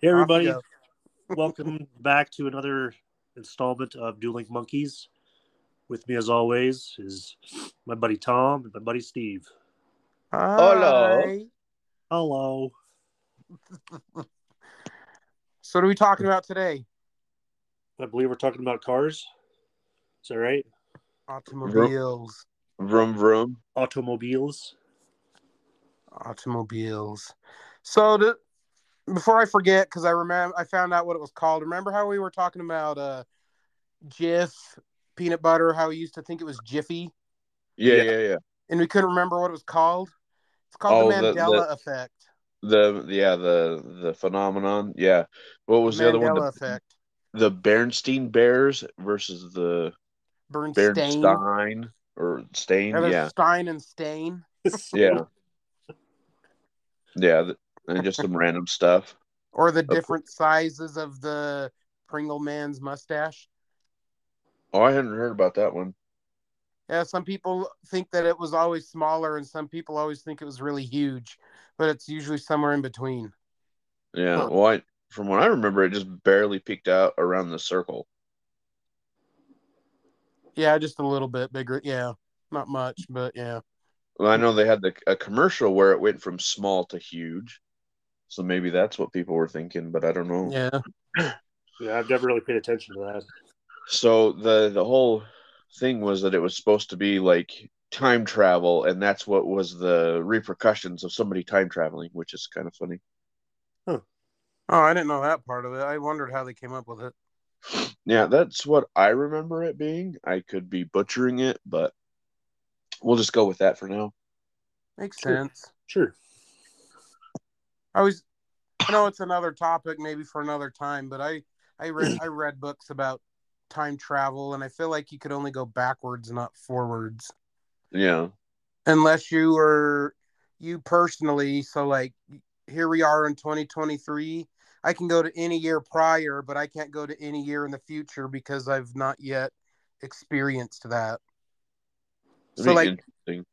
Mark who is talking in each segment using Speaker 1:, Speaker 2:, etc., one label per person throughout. Speaker 1: Hey, everybody. Welcome back to another installment of Dueling Monkeys. With me, as always, is my buddy Tom and my buddy Steve.
Speaker 2: Hello.
Speaker 3: Hi.
Speaker 1: Hello.
Speaker 3: So, what are we talking about today?
Speaker 1: I believe we're talking about cars. Is that right?
Speaker 3: Automobiles.
Speaker 2: Vroom vroom.
Speaker 1: Automobiles.
Speaker 3: Automobiles. So, the, before I forget, because I remember I found out what it was called. Remember how we were talking about uh, Jif peanut butter? How we used to think it was Jiffy,
Speaker 2: Yeah,
Speaker 1: Yeah.
Speaker 2: yeah, yeah.
Speaker 3: and we couldn't remember what it was called. It's called
Speaker 2: Oh,
Speaker 3: the
Speaker 2: the- the-
Speaker 3: Mandela effect.
Speaker 2: The yeah, the the phenomenon. Yeah. What was the other one?
Speaker 3: Mandela
Speaker 2: The,
Speaker 3: effect.
Speaker 2: the Bernstein Bears versus the
Speaker 3: Bernstein.
Speaker 2: Bernstein or Stain.
Speaker 3: It was
Speaker 2: Yeah.
Speaker 3: Stein and Stain.
Speaker 2: Yeah. Yeah. th- And just some random stuff.
Speaker 3: Or the
Speaker 2: course.
Speaker 3: different sizes of the Pringle man's mustache.
Speaker 2: Oh, I hadn't heard about that one.
Speaker 3: Yeah, some people think that it was always smaller, and some people always think it was really huge, but it's usually somewhere in between.
Speaker 2: Yeah.
Speaker 1: Huh.
Speaker 2: Well, I, from what I remember, it just barely peeked out around the circle.
Speaker 3: Yeah, just a little bit bigger. Yeah, not much, but yeah.
Speaker 2: Well, I know they had the, a commercial where it went from small to huge. So maybe that's what people were thinking, but I don't know.
Speaker 3: Yeah.
Speaker 1: Yeah, I've never really paid attention to that.
Speaker 2: So the the whole thing was that it was supposed to be like time travel, and that's what was the repercussions of somebody time traveling, which is kind of funny.
Speaker 3: Oh, I didn't know that part of it. I wondered how they came up with it.
Speaker 2: Yeah, that's what I remember it being. I could be butchering it, but we'll just go with that for now.
Speaker 3: Makes
Speaker 1: Sure.
Speaker 3: sense.
Speaker 1: Sure.
Speaker 3: I was, I know it's another topic, maybe for another time, but I, I read, I read books about time travel, and I feel like you could only go backwards, not forwards.
Speaker 2: Yeah,
Speaker 3: unless you were you personally so like here we are in 2023 i can go to any year prior but i can't go to any year in the future because i've not yet experienced that
Speaker 2: That'd
Speaker 3: so
Speaker 2: be
Speaker 3: like
Speaker 2: interesting.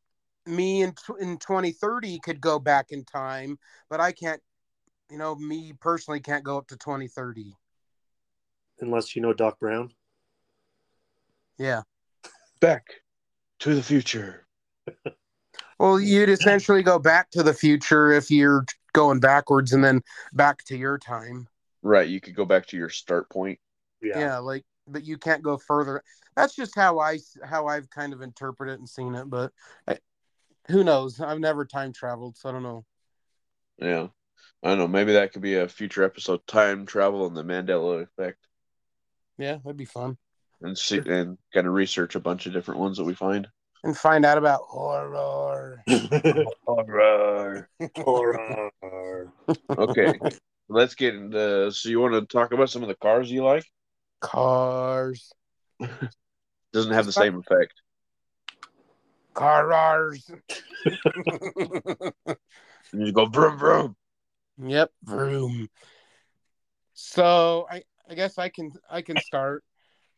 Speaker 3: me in, tw- in 2030 could go back in time but i can't you know me personally can't go up to 2030
Speaker 1: Unless you know Doc Brown.
Speaker 3: yeah
Speaker 2: back to the future.
Speaker 3: well you'd essentially go back to the future if you're going backwards and then back to your time
Speaker 2: Right, you could go back to your start point.
Speaker 1: Yeah.
Speaker 3: yeah. like but you can't go further that's just how i s- how i've kind of interpreted and seen it but I, who knows i've never time traveled so i don't know
Speaker 2: Yeah. I don't know. Maybe that could be a future episode: time travel and the Mandela effect,
Speaker 3: yeah that'd be fun
Speaker 2: and see and kind of research a bunch of different ones that we find.
Speaker 3: and find out about horror
Speaker 2: Horror.
Speaker 1: uh,
Speaker 2: Okay, let's get into. So you want to talk about some of the cars you like?
Speaker 3: cars
Speaker 2: Doesn't have the same effect.
Speaker 3: cars
Speaker 2: You just go vroom vroom.
Speaker 3: yep vroom so i i guess i can i can start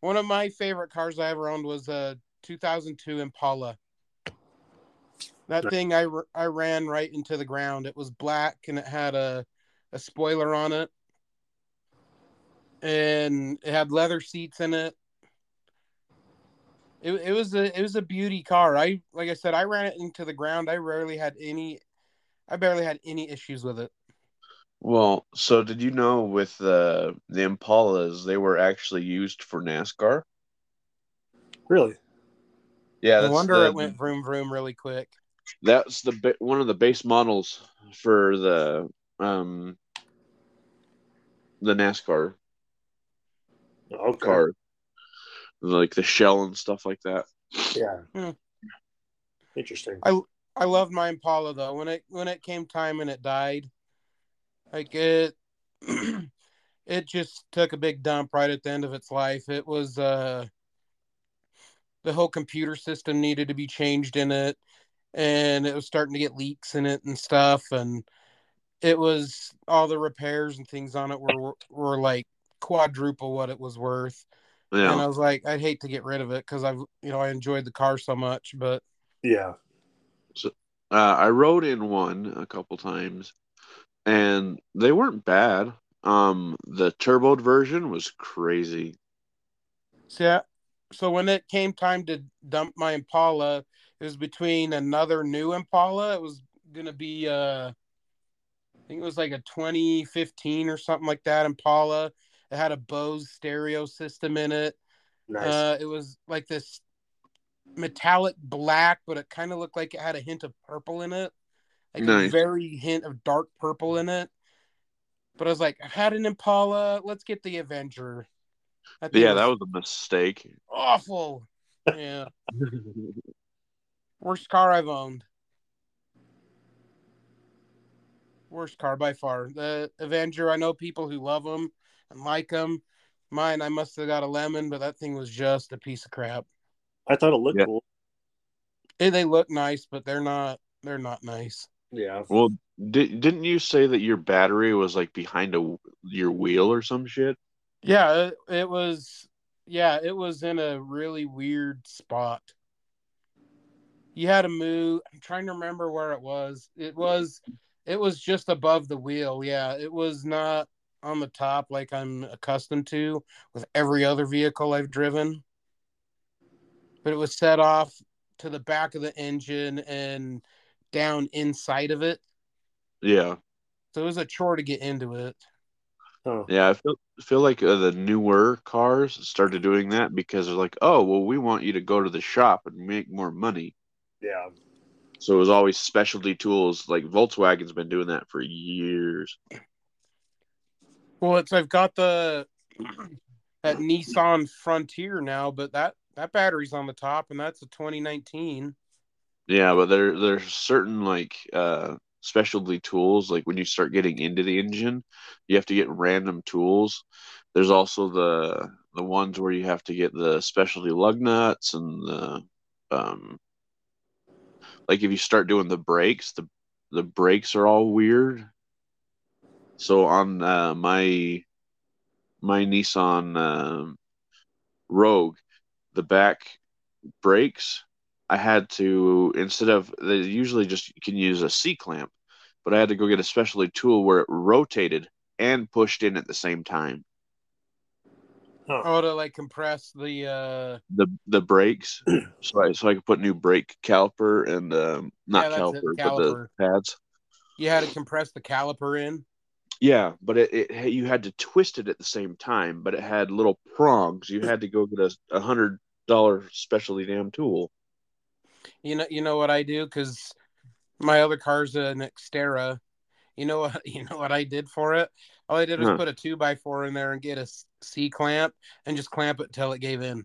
Speaker 3: one of my favorite cars i ever owned was a 2002 impala That thing I, r- I ran right into the ground. It was black and it had a, a spoiler on it. And it had leather seats in it. It, it was a it was a beauty car. I like I said, I ran it into the ground. I rarely had any I barely had any issues with it.
Speaker 2: Well, so did you know with the the Impalas they were actually used for NASCAR?
Speaker 1: really?
Speaker 2: Yeah,
Speaker 3: I
Speaker 2: that's
Speaker 3: wonder
Speaker 2: the-
Speaker 3: it went vroom vroom really quick.
Speaker 2: that's the ba- one of the base models for the um the NASCAR
Speaker 1: Okay.
Speaker 2: car, like the shell and stuff like that.
Speaker 1: Yeah.
Speaker 3: Hmm.
Speaker 1: Interesting.
Speaker 3: I loved my Impala though. When it when it came time and it died, like it it just took a big dump right at the end of its life. It was uh the whole computer system needed to be changed in it and it was starting to get leaks in it and stuff and it was all the repairs and things on it were were like quadruple what it was worth
Speaker 2: Yeah.
Speaker 3: And I was like, I'd hate to get rid of it because I've, you know, I enjoyed the car so much, but
Speaker 1: Yeah.
Speaker 2: Uh, I rode in one a couple times, and they weren't bad. Um, the turboed version was crazy.
Speaker 3: see, I, so when it came time to dump my Impala, it was between another new Impala. It was gonna be, uh, I think it was like a 2015 or something like that Impala. It had a Bose stereo system in it.
Speaker 1: Nice.
Speaker 3: Uh, it was like this metallic black, but it kind of looked like it had a hint of purple in it, like a
Speaker 2: Nice.
Speaker 3: very hint of dark purple in it. But I was like, I've had an Impala. Let's get the Avenger. That thing
Speaker 2: Yeah, that was a mistake.
Speaker 3: awful. Yeah, worst car I've owned. Worst car by far. The Avenger. I know people who love them and like them. Mine, I must have got a lemon, but that thing was just a piece of crap.
Speaker 1: I thought it looked
Speaker 2: Yeah.
Speaker 1: cool.
Speaker 3: And they look nice, but they're not. They're not nice.
Speaker 1: Yeah.
Speaker 2: Well, di- didn't you say that your battery was like behind a your wheel or some shit?
Speaker 3: Yeah, it, it was. Yeah, it was in a really weird spot. You had to move. I'm trying to remember where it was. It was. It was just above the wheel. Yeah, it was not on the top like I'm accustomed to with every other vehicle I've driven. But it was set off to the back of the engine and down inside of it.
Speaker 2: Yeah,
Speaker 3: So it was a chore to get into it.
Speaker 1: Huh.
Speaker 2: yeah. I feel feel like uh, the newer cars started doing that because they're like, oh, well, we want you to go to the shop and make more money.
Speaker 1: Yeah.
Speaker 2: So it was always specialty tools. Like Volkswagen's been doing that for years.
Speaker 3: Well, it's I've got the that Nissan Frontier now, but that that battery's on the top, and that's a 2019.
Speaker 2: Yeah, but there there's certain like uh specialty tools like when you start getting into the engine, you have to get random tools. There's also the the ones where you have to get the specialty lug nuts and the um like if you start doing the brakes, the the brakes are all weird. So on uh, my my Nissan um Rogue, the back brakes I had to instead of they usually just you can use a C clamp, but I had to go get a specialty tool where it rotated and pushed in at the same time.
Speaker 3: Oh, to like compress the uh,
Speaker 2: The the brakes, so I so I could put new brake caliper and um, not
Speaker 3: Yeah, that's it,
Speaker 2: caliper, but the pads.
Speaker 3: you had to compress the caliper in.
Speaker 2: Yeah, but it, it you had to twist it at the same time, but it had little prongs. You had to go get a, a hundred dollar specialty damn tool.
Speaker 3: You know, you know what I do because my other car's an Xterra. You know what? You know what I did for it? All I did was
Speaker 2: Huh.
Speaker 3: put a two by four in there and get a s- C clamp and just clamp it till it gave in.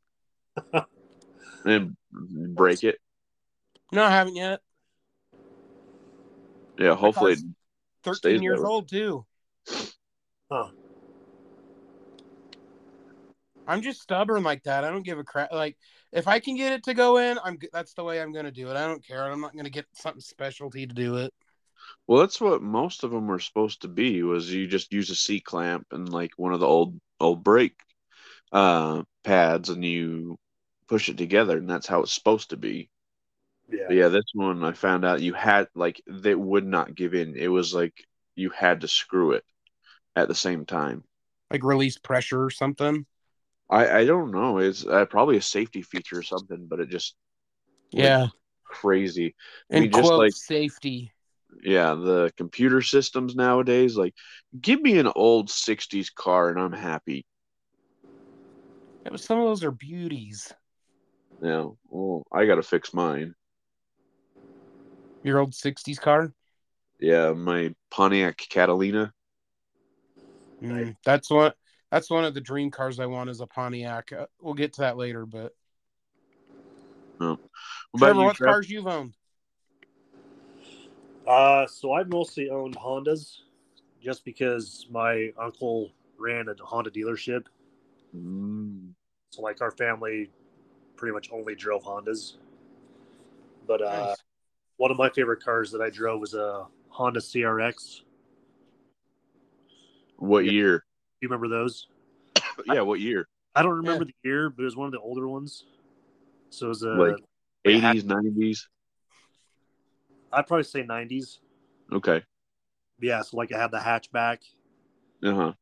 Speaker 2: and break it.
Speaker 3: No, I haven't yet.
Speaker 2: Yeah, hopefully.
Speaker 3: car's-
Speaker 2: it-
Speaker 3: 13
Speaker 2: Stays that
Speaker 3: years
Speaker 2: way.
Speaker 3: old too.
Speaker 1: Huh.
Speaker 3: I'm just stubborn like that. I don't give a crap. Like if I can get it to go in, I'm g- that's the way I'm gonna do it. I don't care. I'm not gonna get something specialty to do it.
Speaker 2: Well, that's what most of them were supposed to be. Was you just use a C clamp and like one of the old old brake uh, pads, and you push it together, and that's how it's supposed to be.
Speaker 1: Yeah.
Speaker 2: But yeah, this one I found out you had like they would not give in. It was like you had to screw it at the same time.
Speaker 3: Like release pressure or something.
Speaker 2: I I don't know. It's uh, probably a safety feature or something, but it just
Speaker 3: Yeah.
Speaker 2: crazy. I
Speaker 3: And
Speaker 2: mean, just
Speaker 3: quote
Speaker 2: like-
Speaker 3: safety.
Speaker 2: Yeah, the computer systems nowadays, like, give me an old 60s car and I'm happy.
Speaker 3: It was some of those are beauties.
Speaker 2: You know, well, I got to fix mine.
Speaker 3: Your old sixties car.
Speaker 2: Yeah, my Pontiac Catalina.
Speaker 3: Mm,
Speaker 1: Right.
Speaker 3: That's one that's one of the dream cars I want is a Pontiac. Uh, we'll get to that later, but
Speaker 2: What about
Speaker 3: Trevor,
Speaker 2: you,
Speaker 3: what
Speaker 2: Trev?
Speaker 3: cars you've owned?
Speaker 1: Uh, so I mostly owned Hondas just because my uncle ran a Honda dealership.
Speaker 2: Mm,
Speaker 1: So, like, our family pretty much only drove Hondas. But uh,
Speaker 3: Nice.
Speaker 1: one of my favorite cars that I drove was a Honda CRX.
Speaker 2: what
Speaker 1: Yeah.
Speaker 2: year?
Speaker 1: Do you remember those?
Speaker 2: Yeah, what year?
Speaker 1: I don't remember the year, but it was one of the older ones. So it was a,
Speaker 2: Like-
Speaker 1: They had-
Speaker 2: Eighties, nineties.
Speaker 1: I'd probably say 90s.
Speaker 2: Okay.
Speaker 1: Yeah, so like I had the hatchback
Speaker 2: Uh huh.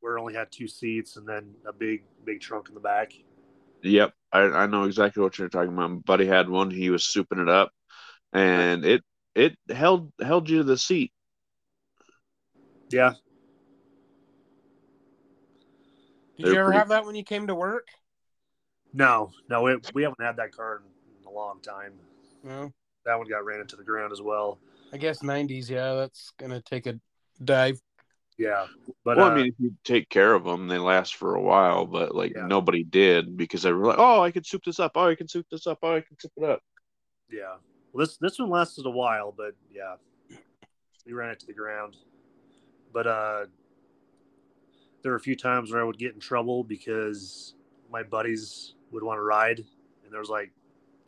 Speaker 1: where it only had two seats and then a big, big trunk in the back.
Speaker 2: Yep, I, I know exactly what you're talking about. My buddy had one. He was souping it up, and it it held held you to the seat.
Speaker 1: Yeah,
Speaker 3: Did
Speaker 2: They're
Speaker 3: you ever
Speaker 2: pretty-
Speaker 3: have that when you came to work?
Speaker 1: no, no, we, we haven't had that car in, in a long time.
Speaker 3: No.
Speaker 1: That one got ran into the ground as well.
Speaker 3: I guess 90s. Yeah, that's going to take a dive.
Speaker 1: Yeah, but
Speaker 2: well,
Speaker 1: uh,
Speaker 2: I mean, if you take care of them, they last for a while. But like
Speaker 1: Yeah.
Speaker 2: nobody did because they were like, "Oh, I can soup this up. Oh, I can soup this up. Oh, I can soup it up."
Speaker 1: yeah, well, this this one lasted a while, but yeah, we ran it to the ground. But uh, there were a few times where I would get in trouble because my buddies would want to ride, and there was like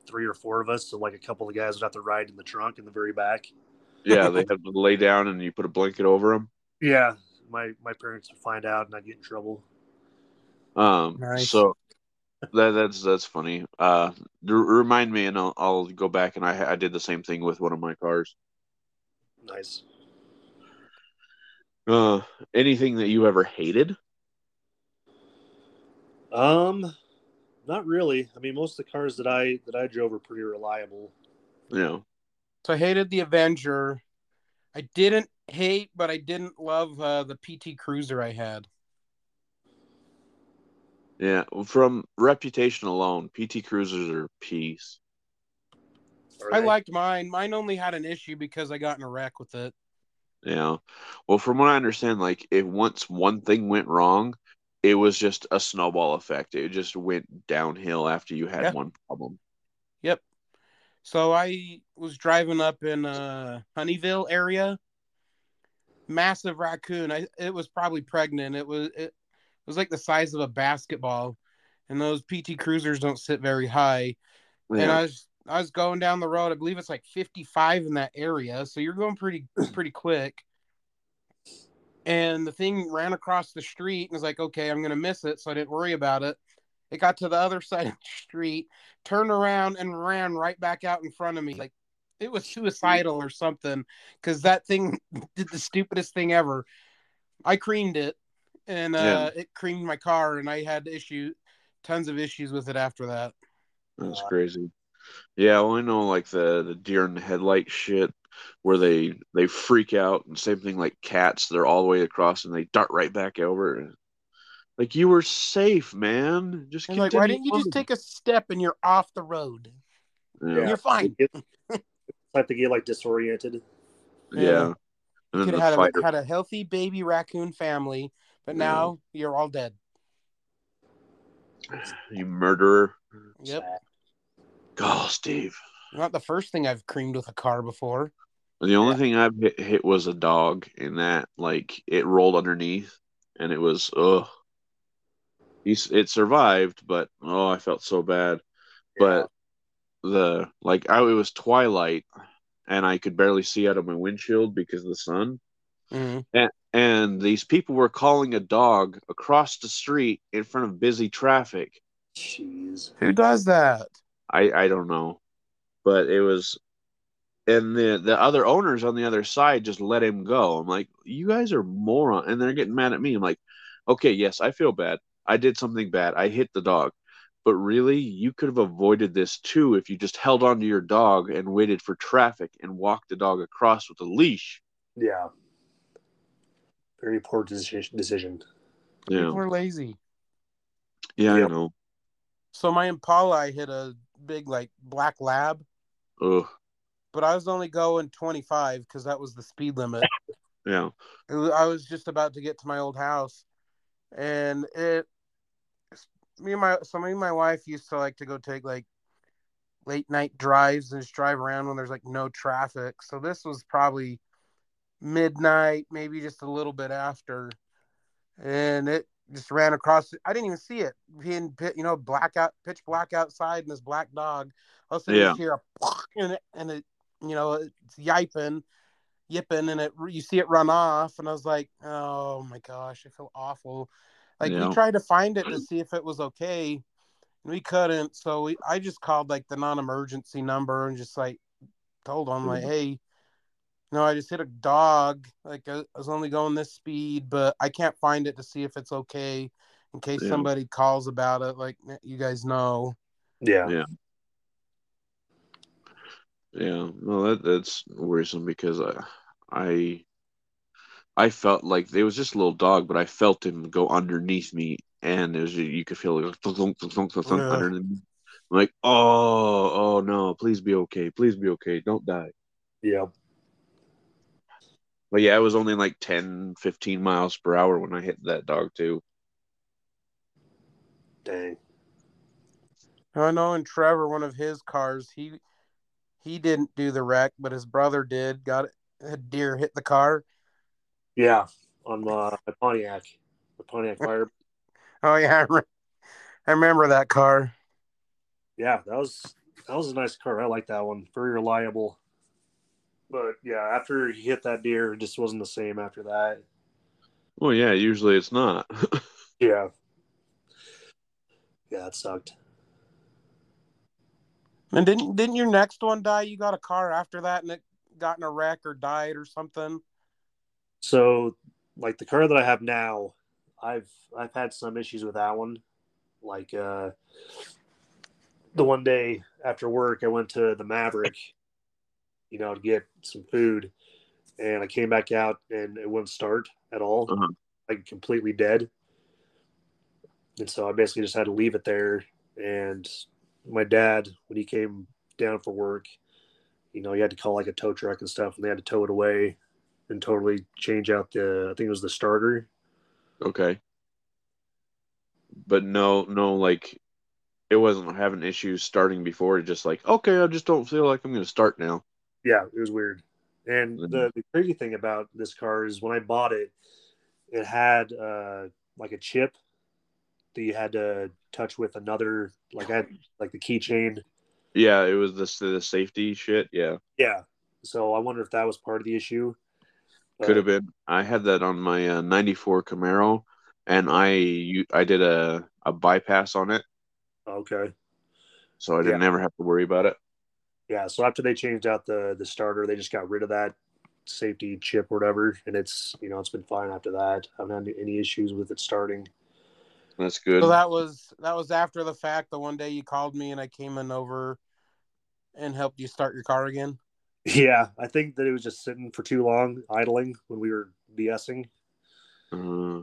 Speaker 1: three or four of us, so like a couple of guys would have to ride in the trunk in the very back.
Speaker 2: Yeah, they had to lay down and you put a blanket over them.
Speaker 1: Yeah, my my parents would find out, and I'd get in trouble.
Speaker 2: Um,
Speaker 3: Nice.
Speaker 2: so that that's that's funny. Uh, r- remind me, and I'll, I'll go back and I I did the same thing with one of my cars.
Speaker 1: Nice.
Speaker 2: Uh, anything that you ever hated?
Speaker 1: Um, not really. I mean, most of the cars that I that I drove are pretty reliable.
Speaker 2: You know.
Speaker 3: So I hated the Avenger. I didn't hate, but I didn't love uh, the PT Cruiser I had.
Speaker 2: Yeah, well, from reputation alone, PT Cruisers are peace.
Speaker 1: Are
Speaker 3: I
Speaker 1: they?
Speaker 3: liked mine. Mine only had an issue because I got in a wreck with it.
Speaker 2: Yeah. Well, from what I understand, like if once one thing went wrong, it was just a snowball effect. It just went downhill after you had
Speaker 3: Yeah.
Speaker 2: one problem.
Speaker 3: So I was driving up in uh Honeyville area. Massive raccoon. I it was probably pregnant. It was it was like the size of a basketball. And those PT cruisers don't sit very high. And
Speaker 2: Yeah.
Speaker 3: I was I was going down the road. I believe it's like 55 in that area. So you're going pretty pretty quick. And the thing ran across the street and was like, okay, I'm gonna miss it. So I didn't worry about it. It got to the other side of the street, turned around and ran right back out in front of me. Like it was suicidal or something. Cause that thing did the stupidest thing ever. I creamed it and uh, it creamed my car and I had issue tons of issues with it after that.
Speaker 2: That's crazy. Yeah, well, I know like the the deer in the headlight shit where they they freak out and same thing like cats, they're all the way across and they dart right back over. Like you were safe, man. Just
Speaker 3: And like, why didn't
Speaker 2: continue
Speaker 3: you just
Speaker 2: on."
Speaker 3: take a step and you're off the road?
Speaker 2: Yeah.
Speaker 3: You're fine.
Speaker 1: They get- Like they get like disoriented.
Speaker 2: Yeah.
Speaker 3: Yeah.
Speaker 2: And
Speaker 3: You
Speaker 2: then
Speaker 3: could
Speaker 2: the
Speaker 3: have had
Speaker 2: fighter
Speaker 3: a, had a healthy baby raccoon family, but now you're all dead.
Speaker 2: You murderer.
Speaker 3: Yep.
Speaker 2: God, Steve.
Speaker 3: Not the first thing I've creamed with a car before.
Speaker 2: The only thing I've hit, hit was a dog, and that like it rolled underneath, and it was ugh. He's it survived, but oh, I felt so bad. But the like, I it was twilight, and I could barely see out of my windshield because of the sun.
Speaker 3: Mhm.
Speaker 2: And these people were calling a dog across the street in front of busy traffic.
Speaker 1: Jeez.
Speaker 3: Who does that?
Speaker 2: I I don't know, but it was, and the the other owners on the other side just let him go. I'm like, you guys are moron, and they're getting mad at me. I'm like, okay, yes, I feel bad. I did something bad. I hit the dog, but really, you could have avoided this too if you just held on to your dog and waited for traffic and walked the dog across with a leash.
Speaker 1: Yeah. Very poor decision. decision.
Speaker 2: You
Speaker 3: People
Speaker 2: know?
Speaker 3: are lazy.
Speaker 2: Yeah,
Speaker 1: Yeah.
Speaker 2: I know.
Speaker 3: So my Impala, I hit a big like black lab,
Speaker 2: Ugh,
Speaker 3: but I was only going 25 because that was the speed limit.
Speaker 2: yeah.
Speaker 3: It was- I was just about to get to my old house, and it me and my so me and my wife used to like to go take like late night drives and just drive around when there's like no traffic. So this was probably midnight, maybe just a little bit after, and it just ran across. I didn't even see it being pit, you know blackout, pitch black outside, and this black dog. All of a sudden,
Speaker 2: Yeah.
Speaker 3: you hear a and it, and it you know it's yipping yipping and it you see it run off and i was like oh my gosh i feel awful Like
Speaker 2: Yeah.
Speaker 3: we tried to find it to see if it was okay, and we couldn't. So we, I just called like the non-emergency number and just like told them
Speaker 2: Mm-hmm.
Speaker 3: like, hey, no, I just hit a dog. Like I I was only going this speed, but I can't find it to see if it's okay in case
Speaker 2: Yeah.
Speaker 3: somebody calls about it. Like you guys know.
Speaker 1: Yeah.
Speaker 2: Yeah, no, that that's worrisome because I, I, I felt like it was just a little dog, but I felt him go underneath me, and it was you could feel like thunk, thunk, thunk, thunk, thunk, thunk
Speaker 3: Yeah.
Speaker 2: underneath me. I'm like, oh, oh no, please be okay, please be okay, don't die.
Speaker 1: Yeah.
Speaker 2: But yeah, I was only like 10, 15 miles per hour when I hit that dog too.
Speaker 1: Dang.
Speaker 3: I know in Trevor, one of his cars, he he didn't do the wreck, but his brother did. Got a deer hit the car.
Speaker 1: Yeah. On uh, the Pontiac, the Pontiac Fire.
Speaker 3: Oh yeah, I, re- I remember that car.
Speaker 1: Yeah, that was that was a nice car. I like that one. Very reliable. But yeah, after he hit that deer, it just wasn't the same after that.
Speaker 2: Well, yeah, usually it's not.
Speaker 1: Yeah. Yeah, it sucked.
Speaker 3: And didn't didn't your next one die? You got a car after that, and it got in a wreck or died or something.
Speaker 1: So, like the car that I have now, I've I've had some issues with that one. Like uh, the one day after work, I went to the Maverick, you know, to get some food, and I came back out and it wouldn't start at all,
Speaker 2: Uh-huh.
Speaker 1: like completely dead. And so I basically just had to leave it there. And my dad, when he came down for work, you know, he had to call like a tow truck and stuff, and they had to tow it away and totally change out the I think it was the starter.
Speaker 2: Okay. But no, no, like it wasn't having issues starting before. It's just like, okay, I just don't feel like I'm going to start now.
Speaker 1: Yeah, it was weird. And
Speaker 2: Mhm.
Speaker 1: the, the crazy thing about this car is when I bought it, it had uh, like a chip that you had to touch with another like I had like the keychain.
Speaker 2: Yeah, it was the the safety shit. Yeah,
Speaker 1: Yeah. So I wonder if that was part of the issue.
Speaker 2: could have
Speaker 1: But,
Speaker 2: been. I had that on my uh, '94 Camaro, and I u- I did a a bypass on it,
Speaker 1: Okay.
Speaker 2: so I didn't ever have to worry about it.
Speaker 1: Yeah. So after they changed out the the starter, they just got rid of that safety chip or whatever, and it's you know it's been fine after that. I haven't had any issues with it starting.
Speaker 2: That's good.
Speaker 3: So that was that was after the fact. The one day you called me, and I came in over and helped you start your car again.
Speaker 1: Yeah, I think that it was just sitting for too long, idling when we were BSing.
Speaker 2: Uh,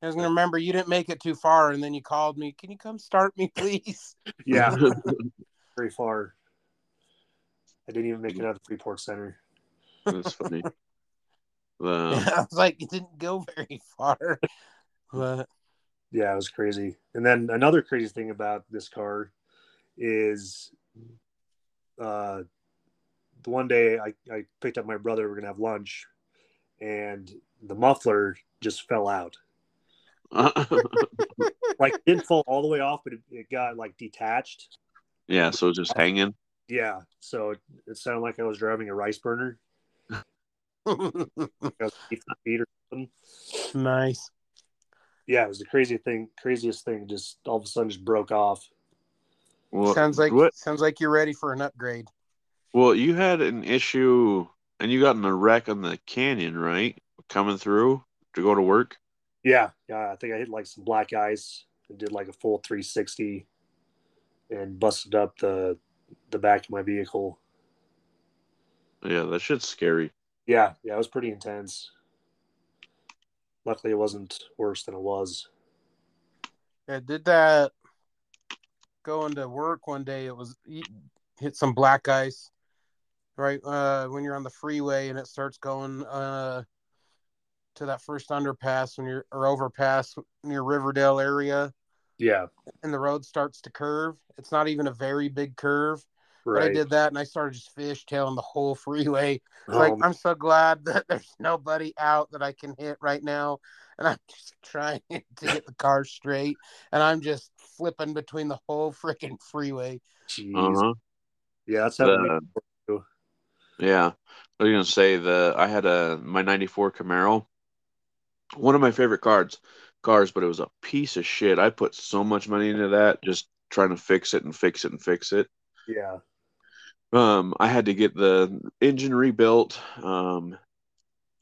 Speaker 3: I was gonna remember you didn't make it too far, and then you called me. Can you come start me, please?
Speaker 1: Yeah, very far. I didn't even make it out of Freeport Center.
Speaker 2: that's funny. Uh,
Speaker 3: I was like, it didn't go very far. But
Speaker 1: Yeah, it was crazy. And then another crazy thing about this car is uh the one day I, I picked up my brother, we are gonna have lunch, and the muffler just fell out. Like it didn't fall all the way off, but it, it got like detached.
Speaker 2: yeah, so just hanging.
Speaker 1: Yeah. So it, it sounded like I was driving a rice burner. I was eight feet or something.
Speaker 3: nice.
Speaker 1: yeah, it was the crazy thing, craziest thing. Just all of a sudden, just broke off.
Speaker 2: Well,
Speaker 3: sounds like
Speaker 2: what?
Speaker 3: sounds like you're ready for an upgrade.
Speaker 2: Well, you had an issue, and you got in a wreck on the canyon, right? Coming through to go to work.
Speaker 1: Yeah, yeah. I think I hit like some black ice and did like a full 360 and busted up the the back of my vehicle.
Speaker 2: Yeah, that shit's scary.
Speaker 1: Yeah, yeah. It was pretty intense. Luckily, it wasn't worse than it was.
Speaker 3: I did that going to work one day. It was you hit some black ice right uh, when you're on the freeway and it starts going uh, to that first underpass when you're or overpass near Riverdale area
Speaker 1: Yeah,
Speaker 3: and the road starts to curve. It's not even a very big curve, but I
Speaker 1: right.
Speaker 3: did that and I started just fishtailing the whole freeway. It's like
Speaker 1: Um,
Speaker 3: I'm so glad that there's nobody out that I can hit right now, and I'm just trying to get the car straight, and I'm just flipping between the whole freaking freeway.
Speaker 1: jeez.
Speaker 2: Uh huh.
Speaker 1: Yeah, that's how.
Speaker 2: The- Yeah, I was gonna say the I had a my '94 Camaro, one of my favorite cards, cars, but it was a piece of shit. I put so much money into that just trying to fix it and fix it and fix it.
Speaker 1: Yeah.
Speaker 2: Um, I had to get the engine rebuilt. Um,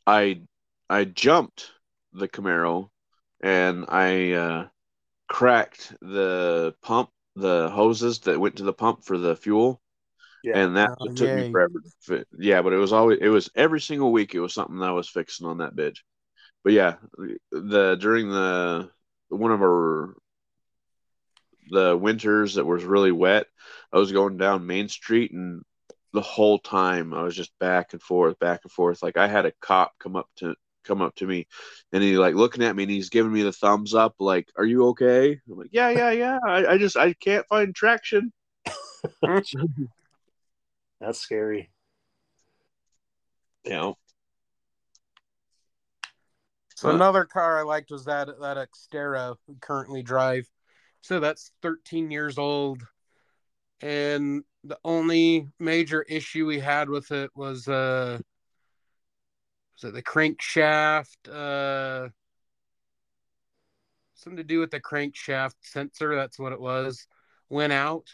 Speaker 2: I I jumped the Camaro and I uh, cracked the pump, the hoses that went to the pump for the fuel,
Speaker 1: Yeah.
Speaker 2: and that
Speaker 3: Oh,
Speaker 2: took
Speaker 3: yay.
Speaker 2: me forever. To fi- yeah, but it was always it was every single week it was something that I was fixing on that bitch. But yeah, the during the one of our the winters that was really wet, I was going down Main Street and the whole time I was just back and forth, back and forth. Like I had a cop come up to come up to me and he like looking at me and he's giving me the thumbs up, like, Are you okay? I'm like, Yeah, yeah, yeah. I, I just I can't find traction.
Speaker 1: That's scary.
Speaker 2: You know.
Speaker 3: So another car I liked was that that Xterra we currently drive. So that's 13 years old, and the only major issue we had with it was uh, was it the crankshaft? Uh, something to do with the crankshaft sensor. That's what it was. Went out,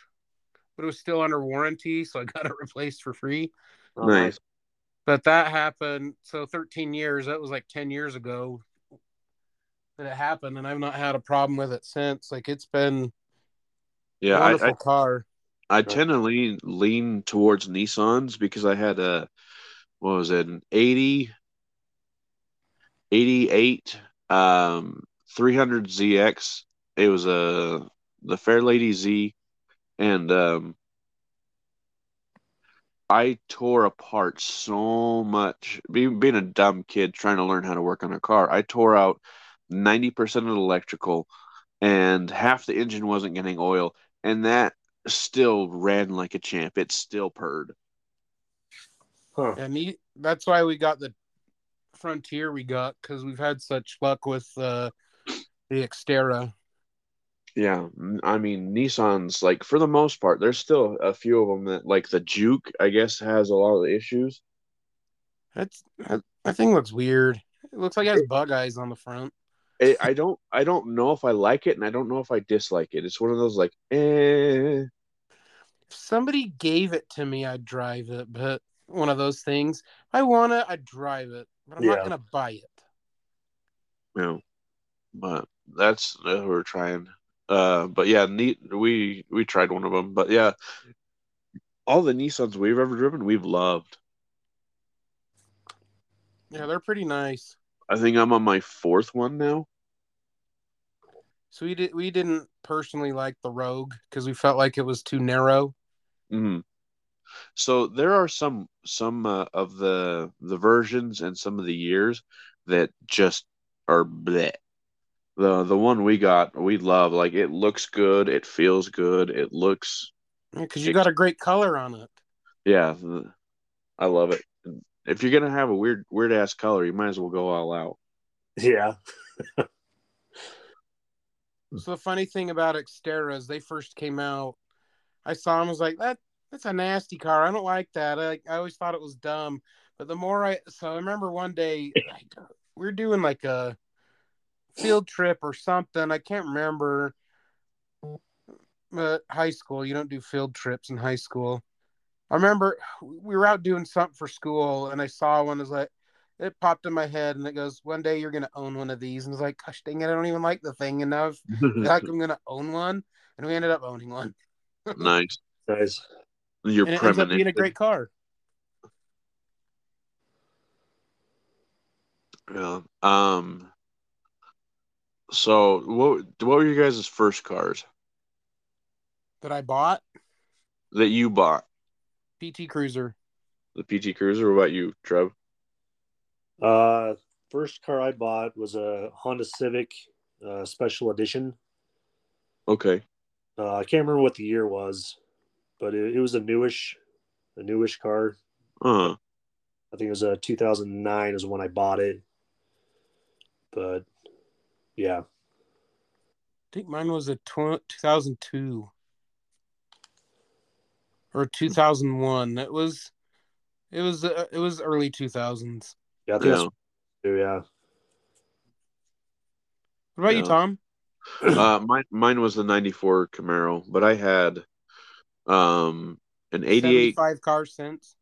Speaker 3: but it was still under warranty, so I got it replaced for free
Speaker 1: Oh,
Speaker 2: nice.
Speaker 3: but that happened so 13 years that was like 10 years ago that it happened and i've not had a problem with it since like it's been
Speaker 2: Yeah,
Speaker 3: a
Speaker 2: I,
Speaker 3: wonderful
Speaker 2: I
Speaker 3: car
Speaker 2: I tend to lean lean towards Nissans because I had a what was it an 80 88 um 300 ZX it was a the Fair Lady Z and um I tore apart so much being, being a dumb kid trying to learn how to work on a car I tore out 90% of the electrical and half the engine wasn't getting oil and that still ran like a champ it still purred
Speaker 1: Huh.
Speaker 3: and he, that's why we got the frontier we got because we've had such luck with uh, the xterra
Speaker 2: Yeah, n- I mean Nissan's like for the most part, there's still a few of them that like the Juke, I guess, has a lot of the issues.
Speaker 3: that's that, that thing looks weird it looks like it has bug eyes on the front
Speaker 2: I I don't, I don't know if I like it, and I don't know if I dislike it. It's one of those like, eh,
Speaker 3: if somebody gave it to me i'd drive it but one of those things If i want it i'd drive it but i'm
Speaker 1: Yeah.
Speaker 3: not gonna buy it
Speaker 2: you know. But that's uh, we're trying. Uh, but yeah, neat. We we tried one of them, but yeah, all the Nissans we've ever driven, we've loved.
Speaker 3: yeah they're pretty nice
Speaker 2: I think I'm on my fourth one now.
Speaker 3: So we did we didn't personally like the Rogue because we felt like it was too narrow. Mm-hmm.
Speaker 2: Mm. So there are some some uh, of the the versions and some of the years that just are bleh. The the one we got we love like it looks good, it feels good, it looks
Speaker 3: Because you got a great color on it.
Speaker 2: yeah, th- I love it. If you're gonna have a weird weird ass color, you might as well go all out.
Speaker 1: Yeah.
Speaker 3: So the funny thing about Xterra is they first came out. I saw them I was like that. That's a nasty car. I don't like that. I, I always thought it was dumb. But the more I so I remember one day like, we we're doing like a field trip or something. I can't remember. But high school, you don't do field trips in high school. I remember we were out doing something for school, and I saw one. Is like it popped in my head, and it goes, "One day you're gonna own one of these." And it's like, "Gosh dang it, I don't even like the thing enough. Like I'm gonna own one." And we ended up owning one.
Speaker 2: nice.
Speaker 1: nice.
Speaker 2: Your
Speaker 3: and it ends up being a
Speaker 2: premonition.
Speaker 3: great car.
Speaker 2: Yeah. Um. So what what were your guys' first cars
Speaker 3: That I bought
Speaker 2: that you bought?
Speaker 3: PT Cruiser.
Speaker 2: The PT Cruiser. What about you, Trev?
Speaker 1: Uh, first car I bought was a Honda Civic uh, Special Edition.
Speaker 2: Okay.
Speaker 1: Uh, I can't remember what the year was, but it, it was a newish, a newish car.
Speaker 2: Uh.
Speaker 1: I think it was uh, a 2009 is when I bought it. But yeah,
Speaker 3: I think mine was a tw- 2002 or 2001. It was, it was, uh, it was early 2000s.
Speaker 1: yeah, I think
Speaker 2: Yeah.
Speaker 1: that's- yeah.
Speaker 3: What about you,
Speaker 2: Yeah.
Speaker 3: Tom?
Speaker 2: uh, mine mine was the '94 Camaro, but I had um an '88
Speaker 3: 75 car cents.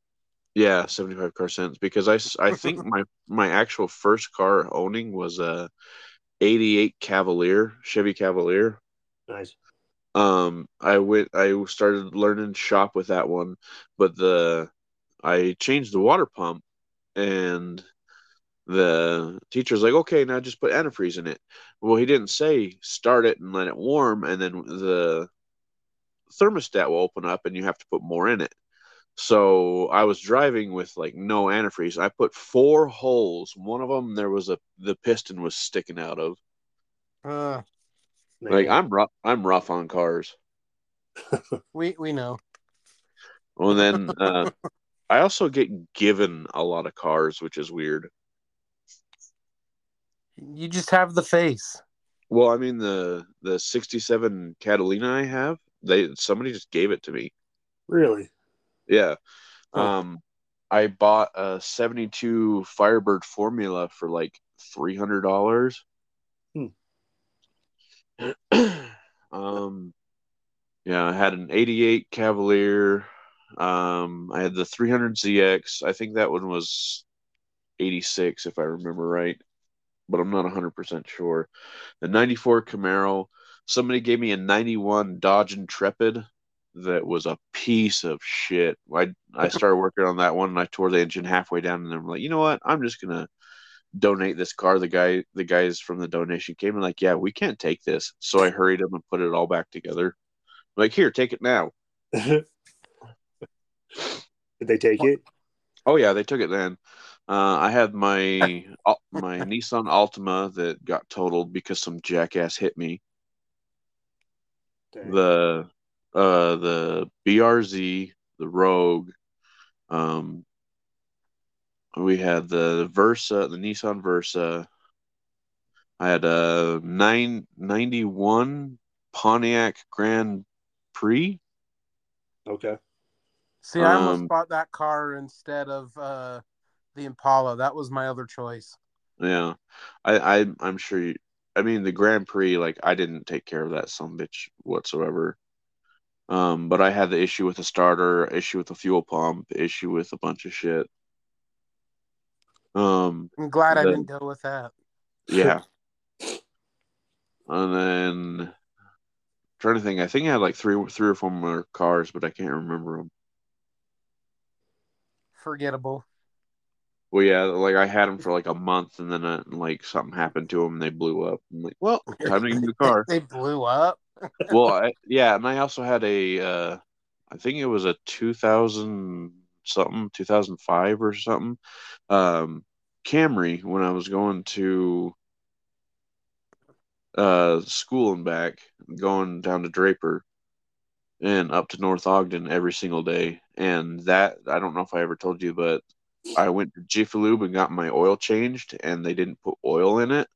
Speaker 2: Yeah, 75 car cents because I, s- I think my my actual first car owning was a 88 Cavalier, Chevy Cavalier.
Speaker 1: Nice.
Speaker 2: Um I went I started learning shop with that one, but the I changed the water pump and the teacher's like, "Okay, now just put antifreeze in it." Well, he didn't say start it and let it warm and then the thermostat will open up and you have to put more in it. So I was driving with like no antifreeze. I put four holes. One of them there was a the piston was sticking out of.
Speaker 3: Uh,
Speaker 1: There you
Speaker 2: Like
Speaker 1: go.
Speaker 2: I'm rough. I'm rough on cars.
Speaker 3: we we know.
Speaker 2: Well, then uh, I also get given a lot of cars, which is weird.
Speaker 3: You just have the face.
Speaker 2: Well, I mean the the '67 Catalina I have, they somebody just gave it to me.
Speaker 1: really
Speaker 2: Yeah.
Speaker 1: Oh.
Speaker 3: Huh.
Speaker 2: Um, I bought a '72 Firebird Formula for like three hundred dollars. um, yeah, I had an '88 Cavalier. Um, I had the 300 ZX. I think that one was '86, if I remember right, but I'm not 100 percent sure. The '94 Camaro. Somebody gave me a '91 Dodge Intrepid that was a piece of shit. I I started working on that one and I tore the engine halfway down and I'm like, you know what? I'm just gonna donate this car. The guy the guys from the donation came and like, yeah, we can't take this. So I hurried them and put it all back together. like, here, take it now. um,
Speaker 1: did they take it
Speaker 2: Oh yeah, they took it then. Uh, I had my Al- my Nissan Altima that got totaled because some jackass hit me.
Speaker 1: Dang.
Speaker 2: The uh the BRZ, the Rogue, um, we had the Versa, the Nissan Versa. I had a nine ninety one Pontiac Grand Prix.
Speaker 1: okay
Speaker 3: See, I
Speaker 2: Um,
Speaker 3: almost bought that car instead of uh, the Impala. That was my other choice.
Speaker 2: Yeah, I, I I'm sure you. I mean, the Grand Prix, like I didn't take care of that some bitch whatsoever. Um, but I had the issue with the starter, issue with the fuel pump, issue with a bunch of shit. Um,
Speaker 3: I'm glad I
Speaker 2: The-
Speaker 3: didn't go with that.
Speaker 2: Yeah. and then trying to think, I think I had like three, three or four more cars, but I can't remember them.
Speaker 3: Forgettable.
Speaker 2: Well, yeah, like I had them for like a month, and then uh, like something happened to them, and they blew up. I'm like, well, time to get a new car.
Speaker 3: They blew up.
Speaker 2: well, I, yeah, and I also had a, uh, I think it was a 2000 something, 2005 or something, um, Camry when I was going to uh, school and back, going down to Draper and up to North Ogden every single day. And that, I don't know if I ever told you, but I went to Jiffy Lube and got my oil changed, and they didn't put oil in it.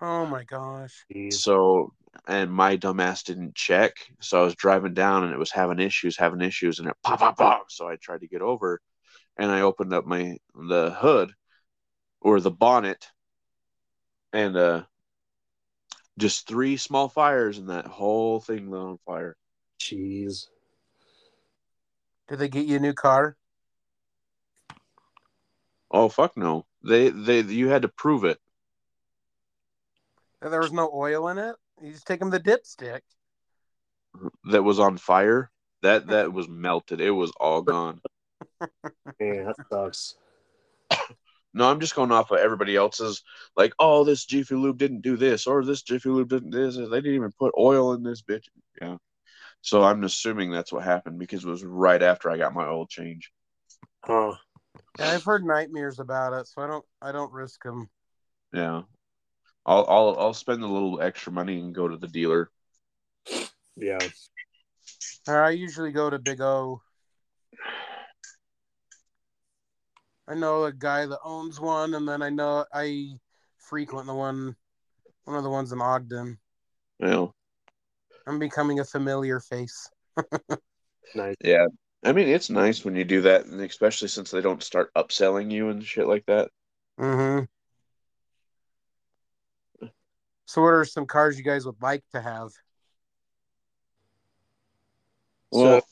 Speaker 3: Oh my gosh.
Speaker 1: Jeez.
Speaker 2: So, and my dumbass didn't check. So I was driving down and it was having issues, having issues, and it pop, pop, pop. So I tried to get over and I opened up my, the hood or the bonnet and, uh, just three small fires and that whole thing lit on fire.
Speaker 1: Jeez.
Speaker 3: Did they get you a new car?
Speaker 2: Oh fuck no! They they you had to prove it.
Speaker 3: There was no oil in it. You just take them the dipstick.
Speaker 2: that was on fire that that was melted it was all gone
Speaker 1: Man, that sucks.
Speaker 2: no i'm just going off of everybody else's like oh this jiffy lube didn't do this or this jiffy lube didn't do this they didn't even put oil in this bitch yeah so i'm assuming that's what happened because it was right after i got my oil change
Speaker 1: Huh.
Speaker 3: Yeah, I've heard nightmares about it, so I don't. I don't risk them.
Speaker 2: yeah i'll i'll, I'll spend a little extra money and go to the dealer
Speaker 1: Yeah.
Speaker 3: I usually go to Big O. I know a guy that owns one, and then I know I frequent the one, one of the ones in Ogden.
Speaker 2: yeah
Speaker 3: I'm becoming a familiar face.
Speaker 1: Nice.
Speaker 2: yeah i mean it's nice when you do that and especially since they don't start upselling you and shit like that
Speaker 3: Mm-hmm. So, what are some cars you guys would like to have?
Speaker 2: Well,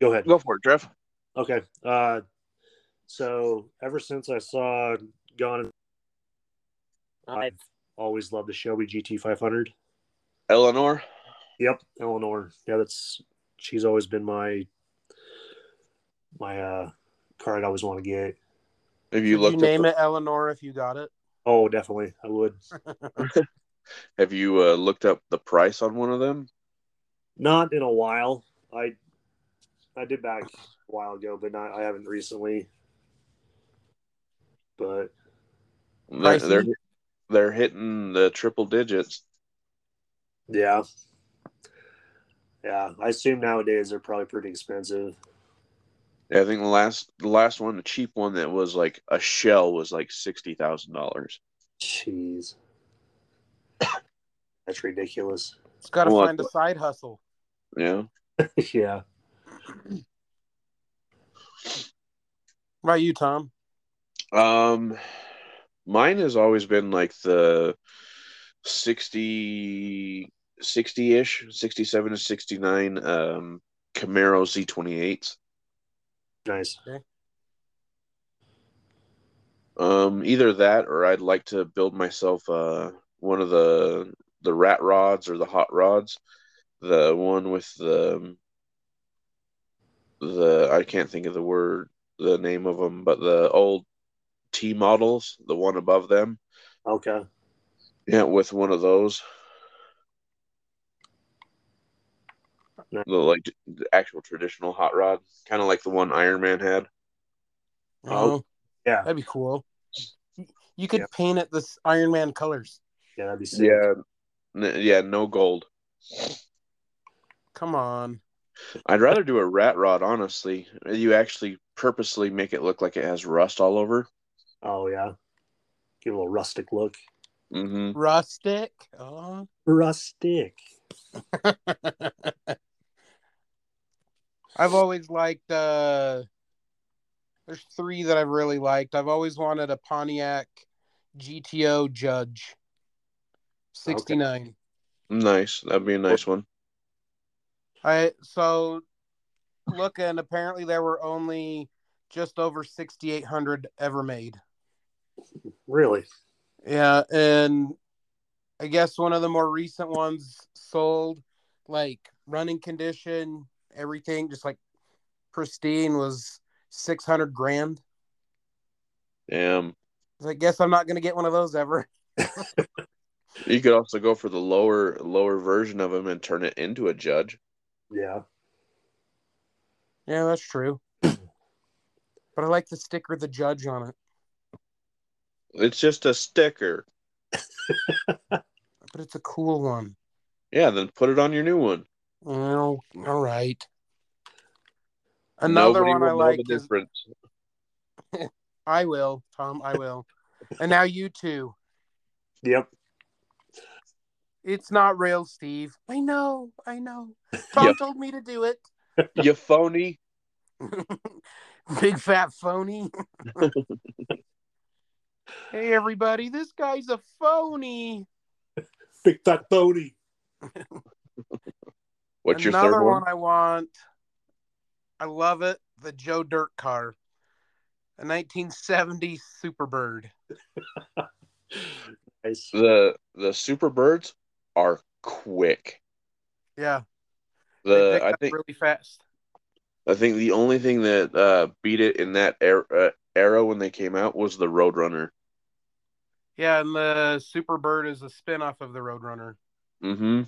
Speaker 1: Go ahead.
Speaker 2: go for it, Trev.
Speaker 1: Okay. Uh, so ever since I saw Gone, I've always loved the Shelby GT500.
Speaker 2: Eleanor.
Speaker 1: Yep, Eleanor. Yeah, that's she's always been my my uh car I'd always want to get.
Speaker 2: Have
Speaker 3: You
Speaker 2: you
Speaker 3: Would
Speaker 2: looked
Speaker 3: you
Speaker 2: at
Speaker 3: name
Speaker 2: the-
Speaker 3: it Eleanor if you got it?
Speaker 1: Oh, definitely, I would.
Speaker 2: Have you uh, looked up the price on one of them?
Speaker 1: Not in a while. I I did back a while ago, but not I haven't recently. But
Speaker 2: They're they're,
Speaker 3: Pricey.
Speaker 2: they're hitting the triple digits.
Speaker 1: yeah, yeah. I assume nowadays they're probably pretty expensive.
Speaker 2: I think the last the last one, the cheap one that was like a shell, was like sixty thousand dollars.
Speaker 1: Jeez, that's ridiculous.
Speaker 3: It's got to
Speaker 2: Well,
Speaker 3: find a side hustle.
Speaker 2: Yeah,
Speaker 1: yeah.
Speaker 3: Right, you, Tom?
Speaker 2: um, mine has always been like the 60 60 ish, sixty seven to sixty nine um Camaro Z twenty eight.
Speaker 1: Nice.
Speaker 2: Um, either that or I'd like to build myself uh one of the the rat rods or the hot rods, the one with the um, the I can't think of the word the name of them, but the old T models, the one above them,
Speaker 1: Okay.
Speaker 2: yeah, with one of those.
Speaker 1: Nice.
Speaker 2: The like the actual traditional hot rod, kind of like the one Iron Man had.
Speaker 1: Oh, yeah.
Speaker 3: That'd be cool. You could
Speaker 1: Yeah.
Speaker 3: paint it this Iron Man colors.
Speaker 1: Yeah, that'd be sick.
Speaker 2: Yeah, N- yeah, no gold.
Speaker 3: Come on.
Speaker 2: I'd rather do a rat rod, honestly. You actually purposely make it look like it has rust all over.
Speaker 1: Oh yeah. Give it a little rustic look.
Speaker 2: Mm-hmm.
Speaker 3: Rustic. Oh.
Speaker 1: Rustic.
Speaker 3: I've always liked uh there's three that I've really liked. I've always wanted a Pontiac GTO Judge. 69.
Speaker 2: Nice. That'd be a nice one.
Speaker 3: I so look and apparently there were only just over 6800 ever made.
Speaker 1: Really?
Speaker 3: Yeah, and I guess one of the more recent ones sold like running condition, everything just like pristine was 600 grand. I
Speaker 2: Damn.
Speaker 3: was like, guess I'm not going to get one of those ever.
Speaker 2: You could also go for the lower lower version of him and turn it into a judge.
Speaker 1: Yeah.
Speaker 3: Yeah, that's true. but I like the sticker, the judge on it.
Speaker 2: It's just a sticker.
Speaker 3: But it's a cool one.
Speaker 2: Yeah, then put it on your new one.
Speaker 3: Well, all right. Another
Speaker 2: Nobody
Speaker 3: one
Speaker 2: will
Speaker 3: I
Speaker 2: know
Speaker 3: like
Speaker 2: the
Speaker 3: is
Speaker 2: difference.
Speaker 3: I will, Tom. I will. and now you too.
Speaker 1: Yep.
Speaker 3: It's not real, Steve. I know. I know. Tom
Speaker 2: Yep.
Speaker 3: told me to do it.
Speaker 2: you phony.
Speaker 3: Big fat phony. hey, everybody. This guy's a phony.
Speaker 1: Big fat phony.
Speaker 2: What's
Speaker 3: Another
Speaker 2: your third
Speaker 3: one?
Speaker 2: one?
Speaker 3: I want. I love it. The Joe Dirt car, a 1970 Superbird.
Speaker 1: Nice.
Speaker 2: The the super birds are quick.
Speaker 3: Yeah, they
Speaker 2: The
Speaker 3: pick
Speaker 2: I
Speaker 3: up
Speaker 2: think
Speaker 3: really fast.
Speaker 2: I think the only thing that uh, beat it in that era, uh, era when they came out was the Roadrunner.
Speaker 3: Yeah, and the Superbird is a spinoff of the Roadrunner.
Speaker 2: Mm-hmm.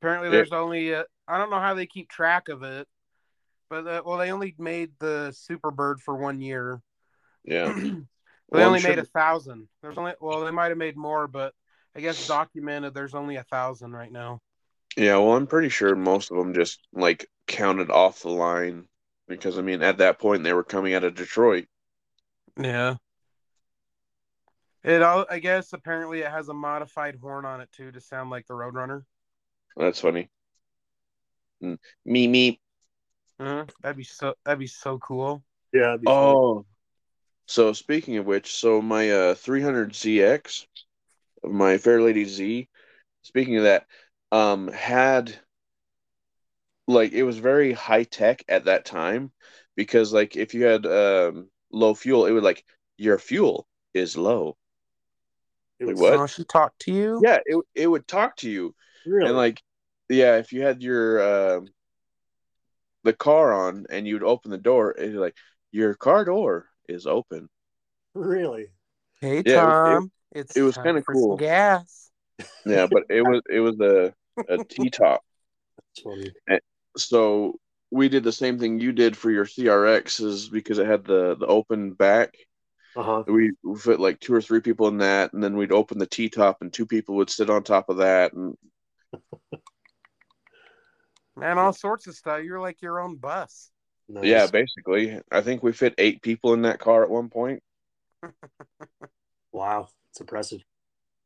Speaker 3: Apparently,
Speaker 2: Yeah.
Speaker 3: there's only I I don't know how they keep track of it, but uh, well, they only made the Superbird for one year.
Speaker 2: Yeah.
Speaker 3: they
Speaker 2: Well, I'm
Speaker 3: only
Speaker 2: sure-
Speaker 3: made a thousand. There's only well, they might have made more, but I guess documented there's only a thousand right now.
Speaker 2: Yeah. Well, I'm pretty sure most of them just like counted off the line because I mean at that point they were coming out of Detroit.
Speaker 3: Yeah. It all I guess apparently it has a modified horn on it too to sound like the Roadrunner.
Speaker 2: That's funny. Mm. Me me.
Speaker 3: Uh-huh.
Speaker 2: Mm-hmm.
Speaker 3: That'd be so that'd be so cool.
Speaker 1: Yeah. that'd be
Speaker 2: Oh. So speaking of which, so my uh, 300ZX my Fair Lady Z, speaking of that, um, had like it was very high tech at that time because like if you had um, low fuel, it would like your fuel is low.
Speaker 1: It
Speaker 2: Like,
Speaker 1: was-
Speaker 2: What?
Speaker 3: So she talked to you?
Speaker 2: Yeah, it it would talk to you
Speaker 1: Really?
Speaker 2: and like yeah, if you had your um, the car on and you'd open the door, it'd be like your car door is open.
Speaker 1: really?
Speaker 3: Hey
Speaker 2: Yeah, it was- it-
Speaker 3: Tom, it's
Speaker 2: it was
Speaker 3: time
Speaker 2: kinda
Speaker 3: for some
Speaker 2: cool.
Speaker 3: Gas.
Speaker 2: Yeah, but it was it was a a T top.
Speaker 1: That's funny.
Speaker 2: so we did the same thing you did for your CRX is because it had the the open back.
Speaker 1: Uh huh.
Speaker 2: We we fit like two or three people in that, and then we'd open the T top, and two people would sit on top of that. And
Speaker 3: Man, all sorts of stuff. You're like your own bus.
Speaker 2: yeah, basically, I think we fit eight people in that car at one point.
Speaker 1: Wow. It's impressive.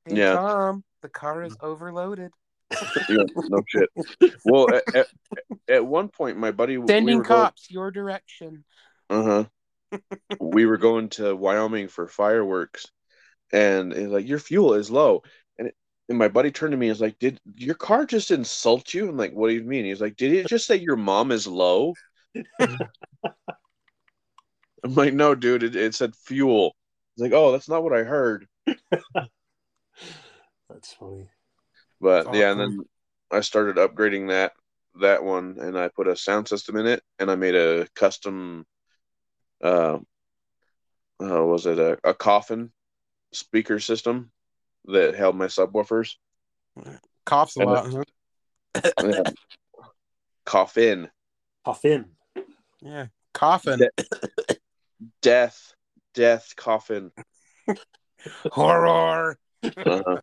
Speaker 3: Hey
Speaker 2: Yeah.
Speaker 3: Tom, the car is overloaded.
Speaker 2: You know, no shit. Well, at, at, at one point, my buddy we
Speaker 3: Sending
Speaker 2: were going-
Speaker 3: cops your direction.
Speaker 2: Uh huh. we were going to Wyoming for fireworks, and it's like your fuel is low. And it, and my buddy turned to me and was like, "Did your car just insult you?" And like, "What do you mean?" He's like, "Did it just say your mom is low?" I'm like, "No, dude. It, it said fuel." He's like, "Oh, that's not what I heard."
Speaker 1: That's funny.
Speaker 2: But
Speaker 3: That's
Speaker 2: yeah, and then I started upgrading that that one, and I put a sound system in it, and I made a custom, uh, uh was it a, a coffin speaker system that held my subwoofers?
Speaker 3: Coughs a
Speaker 2: And
Speaker 3: lot. huh?
Speaker 2: Yeah. Coffin,
Speaker 1: Coffin.
Speaker 3: Yeah. Coughing.
Speaker 2: That- death, death, coffin.
Speaker 3: Horror.
Speaker 2: Uh-huh.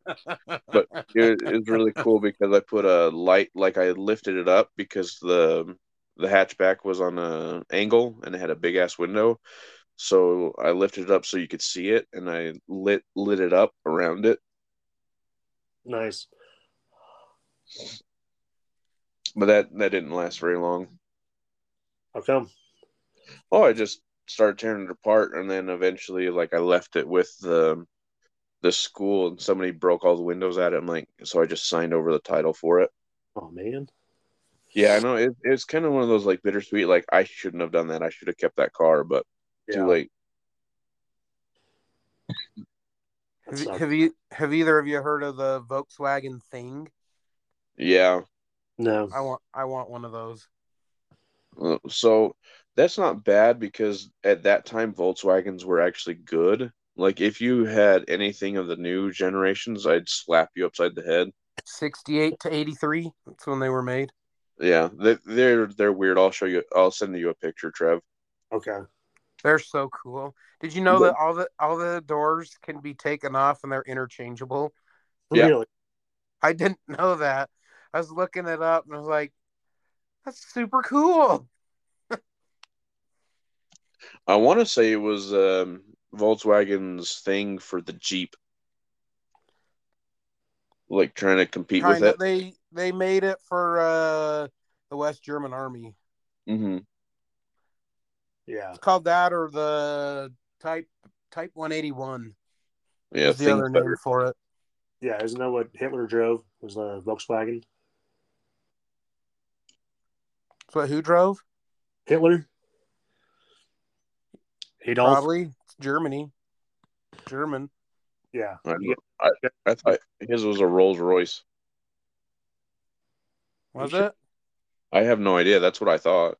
Speaker 2: But It, it was really cool because I put a light, like I lifted it up because the the hatchback was on a angle and it had a big ass window, so I lifted it up so you could see it, and I lit lit it up around it.
Speaker 1: Nice.
Speaker 2: But that that didn't last very long.
Speaker 1: How come?
Speaker 2: Oh, I just started tearing it apart, and then eventually, like, I left it with the the school, and somebody broke all the windows at it. I'm like, so I just signed over the title for it.
Speaker 1: Oh man.
Speaker 2: Yeah, I know it, it's kind of one of those like bittersweet. Like, I shouldn't have done that. I should have kept that car, but
Speaker 1: Yeah,
Speaker 2: too late.
Speaker 1: that
Speaker 3: Have,
Speaker 1: sucks.
Speaker 3: have you have either of you heard of the Volkswagen thing?
Speaker 2: Yeah.
Speaker 1: No.
Speaker 3: I want I want one of those.
Speaker 2: Uh, So that's not bad because at that time Volkswagens were actually good. Like, if you had anything of the new generations, I'd slap you upside the head.
Speaker 3: Sixty eight to eighty three. That's when they were made.
Speaker 2: Yeah, they, they're they're weird. I'll show you. I'll send you a picture, Trev.
Speaker 1: Okay.
Speaker 3: They're so cool. Did you know
Speaker 2: But-
Speaker 3: that all the all the doors can be taken off and they're interchangeable?
Speaker 2: Yeah.
Speaker 1: Really?
Speaker 3: I didn't know that. I was looking it up and I was like, that's super cool.
Speaker 2: I want to say it was um, Volkswagen's thing for the Jeep, like trying to compete with
Speaker 3: Kinda,
Speaker 2: it.
Speaker 3: they they made it for uh the West German Army.
Speaker 2: hmm
Speaker 1: Yeah.
Speaker 3: It's called that or the Type Type one eighty one
Speaker 2: Yeah,
Speaker 3: is the
Speaker 2: things
Speaker 3: other name
Speaker 2: better.
Speaker 3: for it.
Speaker 1: Yeah. Isn't that what Hitler drove? Was the Volkswagen?
Speaker 3: That's what who drove?
Speaker 1: Hitler. Adolf.
Speaker 3: Probably it's Germany. German.
Speaker 1: Yeah.
Speaker 2: I, don't know. I, I thought his was a Rolls Royce.
Speaker 3: Was
Speaker 1: should-
Speaker 3: it?
Speaker 2: I have no idea. That's what I thought.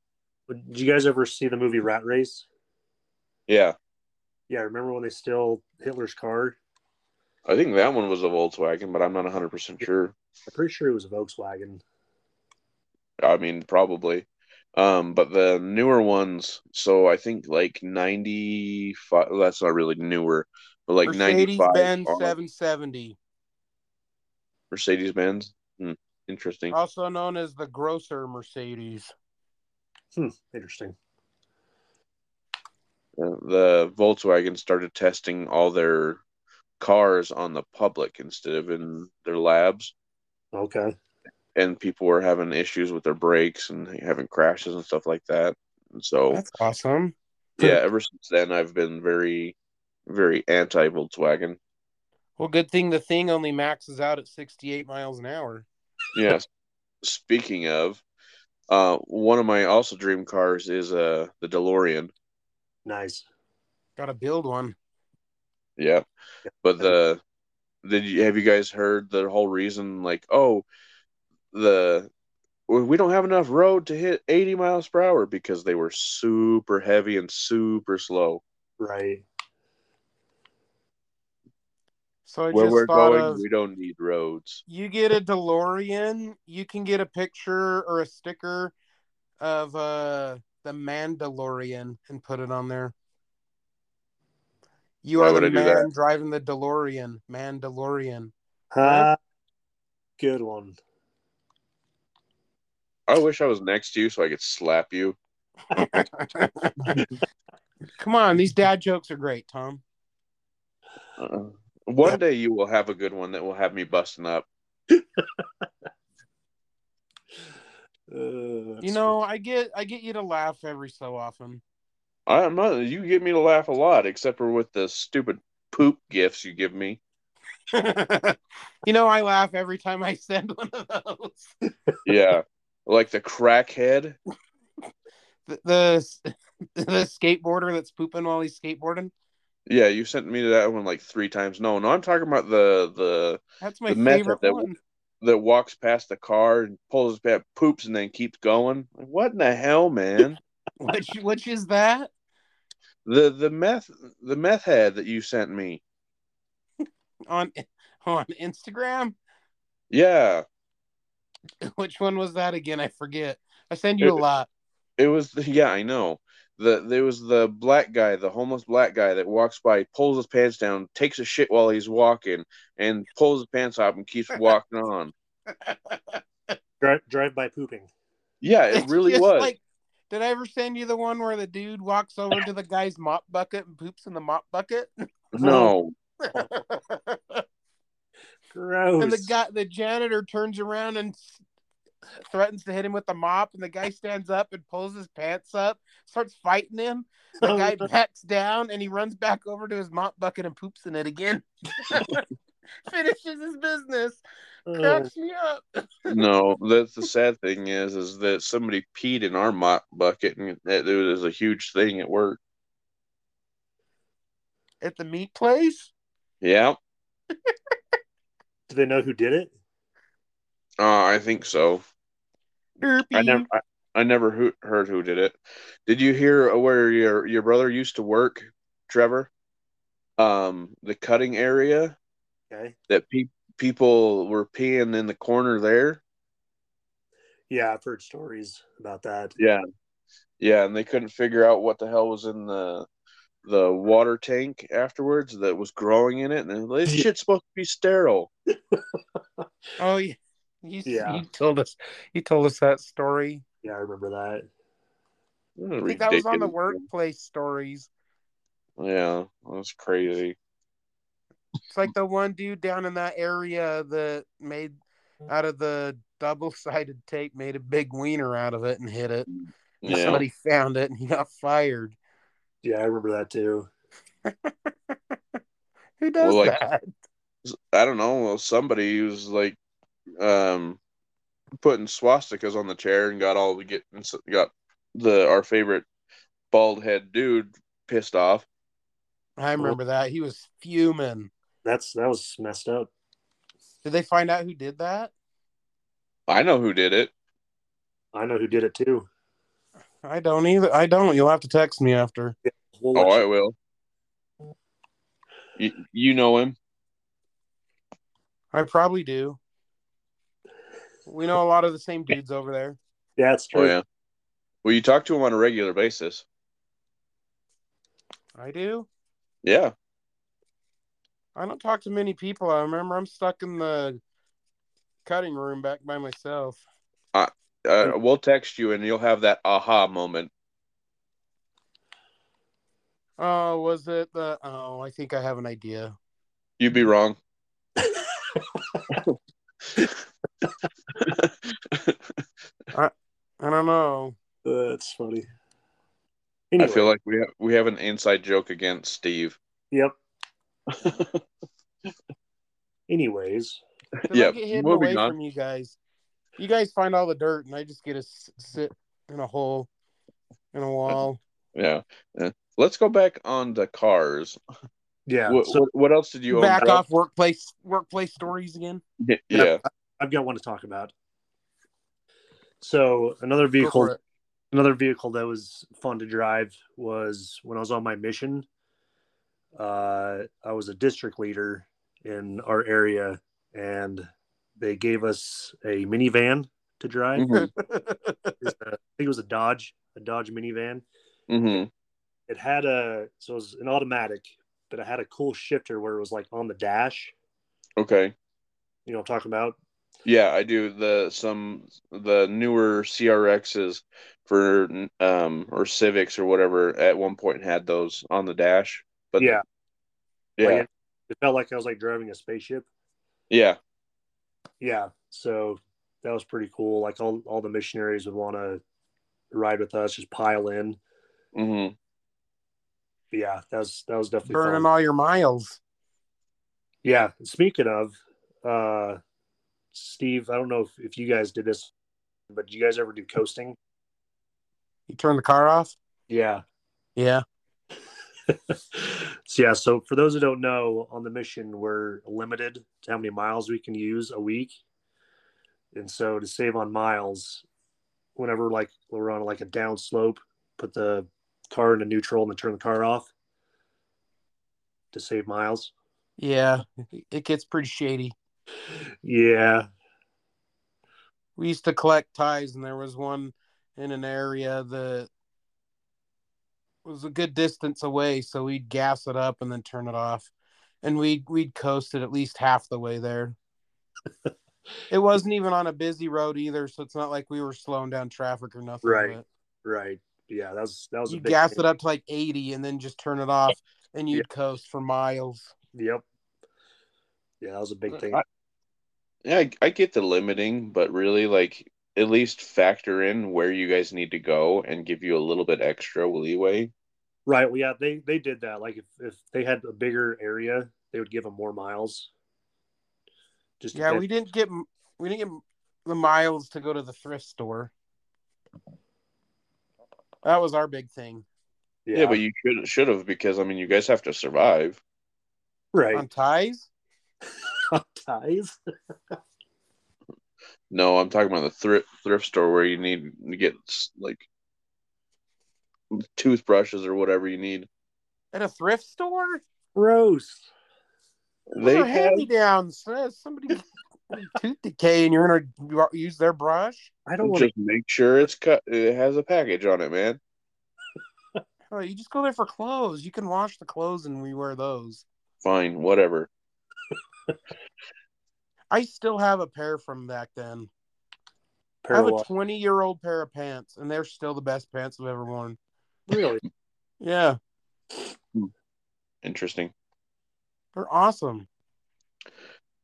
Speaker 1: Did you guys ever see the movie Rat Race?
Speaker 2: Yeah,
Speaker 1: Yeah. Remember when they stole Hitler's car?
Speaker 2: I think that one was a Volkswagen, but I'm not 100 percent sure.
Speaker 1: I'm pretty sure it was a Volkswagen.
Speaker 2: I mean, probably. Um, but the newer ones, so I think like 95. well, That's not really newer, but like
Speaker 3: Mercedes
Speaker 2: 95.
Speaker 3: Benz seven seventy.
Speaker 2: Mercedes Benz. Hmm, interesting.
Speaker 3: Also known as the grosser Mercedes.
Speaker 1: Interesting.
Speaker 2: Uh, the Volkswagen started testing all their cars on the public instead of in their labs,
Speaker 1: Okay.
Speaker 2: and people were having issues with their brakes and having crashes and stuff like that. And so,
Speaker 3: That's awesome.
Speaker 2: yeah, ever since then, I've been very, very anti Volkswagen.
Speaker 3: Well, good thing the thing only maxes out at 68 miles an hour.
Speaker 2: Yes. Speaking of, uh, one of my also dream cars is uh the DeLorean.
Speaker 1: Nice.
Speaker 3: Got to build one.
Speaker 2: Yeah, but the did you have you guys heard the whole reason? Like, oh, the we we don't have enough road to hit 80 miles per hour because they were super heavy and super slow.
Speaker 1: Right.
Speaker 3: So I
Speaker 2: Where
Speaker 3: just
Speaker 2: we're
Speaker 3: thought
Speaker 2: going,
Speaker 3: of
Speaker 2: we don't need roads.
Speaker 3: you get a DeLorean, you can get a picture or a sticker of uh the Mandalorian and put it on there. You
Speaker 2: Why
Speaker 3: are
Speaker 2: would
Speaker 3: the
Speaker 2: I do that?
Speaker 3: man driving the DeLorean, Mandalorian.
Speaker 1: Huh? Good one.
Speaker 2: I wish I was next to you so I could slap you.
Speaker 3: Come on, these dad jokes are great, Tom.
Speaker 2: Uh, one day you will have a good one that will have me busting up.
Speaker 1: Uh,
Speaker 3: you know, I get I get you to laugh every so often.
Speaker 2: I'm not. You get me to laugh a lot, except for with the stupid poop gifts you give me.
Speaker 3: you know, I laugh every time I send one of those.
Speaker 2: Yeah, like the crackhead.
Speaker 3: The the, the skateboarder that's pooping while he's skateboarding.
Speaker 2: Yeah, you sent me that one like three times. No, no, I'm talking about the the
Speaker 3: That's my
Speaker 2: The method
Speaker 3: favorite
Speaker 2: that-
Speaker 3: one.
Speaker 2: that walks past the car and pulls his pet poops and then keeps going. Like, what in the hell, man?
Speaker 3: Which which is that?
Speaker 2: the the meth the meth head that you sent me.
Speaker 3: on on Instagram.
Speaker 2: Yeah,
Speaker 3: Which one was that again? I forget. I send you a lot.
Speaker 2: it was. The, yeah, I know. The there was the black guy, the homeless black guy that walks by, pulls his pants down, takes a shit while he's walking, and pulls his pants up and keeps walking on.
Speaker 1: drive, drive by pooping.
Speaker 2: Yeah, it
Speaker 3: It's
Speaker 2: really
Speaker 3: just
Speaker 2: was.
Speaker 3: did I ever send you the one where the dude walks over to the guy's mop bucket and poops in the mop bucket?
Speaker 2: no,
Speaker 1: Gross.
Speaker 3: And the guy, the janitor, turns around and s- threatens to hit him with the mop. And the guy stands up and pulls his pants up, starts fighting him. The
Speaker 2: Oh,
Speaker 3: guy backs down and he runs back over to his mop bucket and poops in it again. Finishes his business.
Speaker 1: Uh,
Speaker 2: Oh.
Speaker 3: Cracks me up.
Speaker 2: no. That's the sad thing is, is that somebody peed in our mop bucket, and that it was a huge thing at work.
Speaker 3: At the meat place?
Speaker 2: Yeah,
Speaker 1: do they know who did it?
Speaker 2: uh, I think so. I
Speaker 3: Derpy.
Speaker 2: never, I, I never who, heard who did it. Did you hear where your your brother used to work, Trevor? Um, the cutting area
Speaker 1: Okay.
Speaker 2: that pe- people were peeing in the corner there.
Speaker 1: Yeah, I've heard stories about that.
Speaker 2: Yeah, yeah, and they couldn't figure out what the hell was in the the water tank afterwards that was growing in it, and they're like, this shit's supposed to be sterile.
Speaker 3: Oh yeah. You,
Speaker 1: Yeah.
Speaker 3: you told us you told us that story.
Speaker 1: Yeah, I remember that.
Speaker 3: I think that was on the workplace stories.
Speaker 2: Yeah, that's crazy.
Speaker 3: It's like the one dude down in that area that made out of the double sided tape made a big wiener out of it and hid it. And
Speaker 2: Yeah.
Speaker 3: Somebody found it and he got fired.
Speaker 1: Yeah, I remember that too.
Speaker 3: Who does
Speaker 2: Well, like-
Speaker 3: that?
Speaker 2: I don't know, somebody was like um putting swastikas on the chair and got all the get got the our favorite bald head dude pissed off.
Speaker 3: I remember that. He was fuming.
Speaker 1: That's that was messed up.
Speaker 3: Did they find out who did that?
Speaker 2: I know who did it.
Speaker 1: I know who did it too.
Speaker 3: I don't either. I don't. You'll have to text me after.
Speaker 1: We'll
Speaker 2: Oh,
Speaker 1: let
Speaker 2: I
Speaker 1: you-
Speaker 2: will. You, you know him.
Speaker 3: I probably do. We know a lot of the same dudes over there.
Speaker 1: yeah, it's
Speaker 2: Oh
Speaker 1: true.
Speaker 2: yeah. Well, you talk to him on a regular basis.
Speaker 3: I do.
Speaker 2: Yeah.
Speaker 3: I don't talk to many people. I remember I'm stuck in the cutting room back by myself.
Speaker 2: Uh, we'll text you and you'll have that aha moment.
Speaker 3: Oh, was it the? Oh, I think I have an idea.
Speaker 2: You'd be wrong.
Speaker 3: I don't know.
Speaker 1: That's Uh, funny.
Speaker 2: I feel like we have we have an inside joke against Steve.
Speaker 1: yep. Anyways,
Speaker 3: 'Cause I
Speaker 2: Yeah,
Speaker 3: get hidden
Speaker 2: moving
Speaker 3: away
Speaker 2: on.
Speaker 3: from you guys. You guys find all the dirt, and I just get to s- sit in a hole in a wall.
Speaker 2: Yeah. Uh, let's go back on the cars.
Speaker 1: yeah.
Speaker 2: what,
Speaker 1: so
Speaker 2: what, what else did you own,
Speaker 3: Back
Speaker 2: Brett?
Speaker 3: off workplace workplace stories again.
Speaker 2: Yeah. yeah.
Speaker 1: I've got one to talk about. So another
Speaker 3: Go for
Speaker 1: vehicle
Speaker 3: it.
Speaker 1: another vehicle that was fun to drive was when I was on my mission. Uh, I was a district leader in our area, and they gave us a minivan to drive.
Speaker 2: Mhm.
Speaker 1: It was a- I think it was a Dodge, a Dodge minivan.
Speaker 2: Mhm.
Speaker 1: It had a so it was an automatic, but it had a cool shifter where it was like on the dash.
Speaker 2: Okay.
Speaker 1: You know what I'm talking about?
Speaker 2: Yeah, I do the some the newer CRXs for um or Civics or whatever at one point had those on the dash. But
Speaker 1: yeah,
Speaker 2: yeah,
Speaker 1: Like, it, it felt like I was like driving a spaceship.
Speaker 2: yeah.
Speaker 1: yeah so that was pretty cool like all, all the missionaries would want to ride with us just pile in
Speaker 2: hmm
Speaker 1: But yeah that was that was definitely
Speaker 3: Burning
Speaker 1: fun.
Speaker 3: all your miles.
Speaker 1: yeah speaking of uh steve i don't know if, if you guys did this but do you guys ever do coasting
Speaker 3: You turn the car off.
Speaker 1: yeah
Speaker 3: Yeah.
Speaker 1: so yeah so for those who don't know on the mission we're limited to how many miles we can use a week and so to save on miles whenever like we're on like a down slope put the car into neutral and then turn the car off to save miles
Speaker 3: Yeah. It gets pretty shady.
Speaker 1: yeah
Speaker 3: we used to collect ties and there was one in an area that was a good distance away so we'd gas it up and then turn it off and we'd we'd coast it at least half the way there it wasn't even on a busy road either so it's not like we were slowing down traffic or nothing
Speaker 1: Right. right yeah that was that
Speaker 3: but
Speaker 1: was a
Speaker 3: you'd
Speaker 1: big
Speaker 3: gas
Speaker 1: thing.
Speaker 3: it up to like 80 and then just turn it off and you'd coast for miles
Speaker 1: yep yeah that was a big thing
Speaker 2: I- Yeah, I, I get the limiting, but really, like, at least factor in where you guys need to go and give you a little bit extra leeway.
Speaker 1: right well yeah they they did that like if, if they had a bigger area they would give them more miles just
Speaker 3: yeah
Speaker 1: depend-
Speaker 3: we didn't get we didn't get the miles to go to the thrift store that was our big thing
Speaker 2: Yeah, but you should should have because I mean, you guys have to survive.
Speaker 1: right
Speaker 3: on ties. Um,
Speaker 1: ties
Speaker 2: No, I'm talking about the thrift thrift store where you need to get like toothbrushes or whatever you need.
Speaker 3: At a thrift store?
Speaker 1: gross
Speaker 2: They
Speaker 3: They
Speaker 2: have,
Speaker 3: hand me downs. Somebody tooth decay and you're gonna use their brush?
Speaker 1: i don't want to
Speaker 2: just make sure it's cut. It has a package on it, man.
Speaker 3: Oh, you just go there for clothes. You can wash the clothes and we wear those.
Speaker 2: Fine, whatever.
Speaker 3: I still have a pair from back then. I have a
Speaker 1: parallel
Speaker 3: 20 year old pair of pants and they're still the best pants I've ever worn.
Speaker 1: really
Speaker 3: Yeah,
Speaker 2: Interesting.
Speaker 3: they're awesome.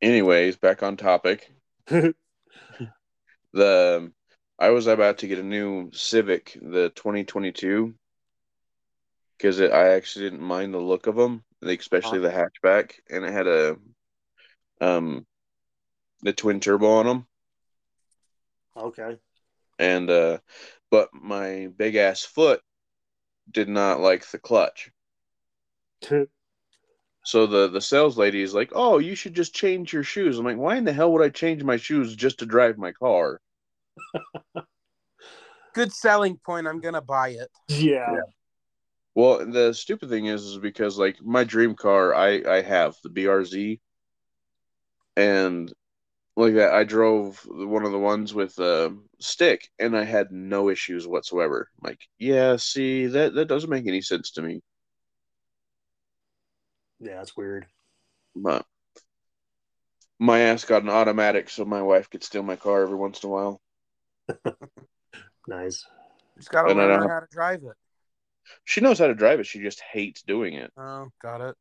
Speaker 2: Anyways, back on topic. the um, I was about to get a new Civic, the 2022, because I actually didn't mind the look of them, especially the hatchback, and it had a um the twin turbo on them,
Speaker 1: okay
Speaker 2: and uh, but my big ass foot did not like the clutch. So the the sales lady is like, "Oh, you should just change your shoes." I'm like, "Why in the hell would I change my shoes just to drive my car?"
Speaker 3: Good selling point. I'm gonna buy it.
Speaker 1: yeah
Speaker 2: Well, the stupid thing is, is because like my dream car, I I have the BRZ, and like I, I drove one of the ones with a stick, and I had no issues whatsoever. I'm like, yeah, see, that that doesn't make any sense to me,
Speaker 1: yeah that's weird
Speaker 2: but my ass got an automatic, so my wife could steal my car every once in a while.
Speaker 1: nice
Speaker 3: Just gotta
Speaker 2: And I
Speaker 3: learn
Speaker 2: don't-
Speaker 3: how to drive it.
Speaker 2: She knows how to drive it; she just hates doing it.
Speaker 3: Oh, got it.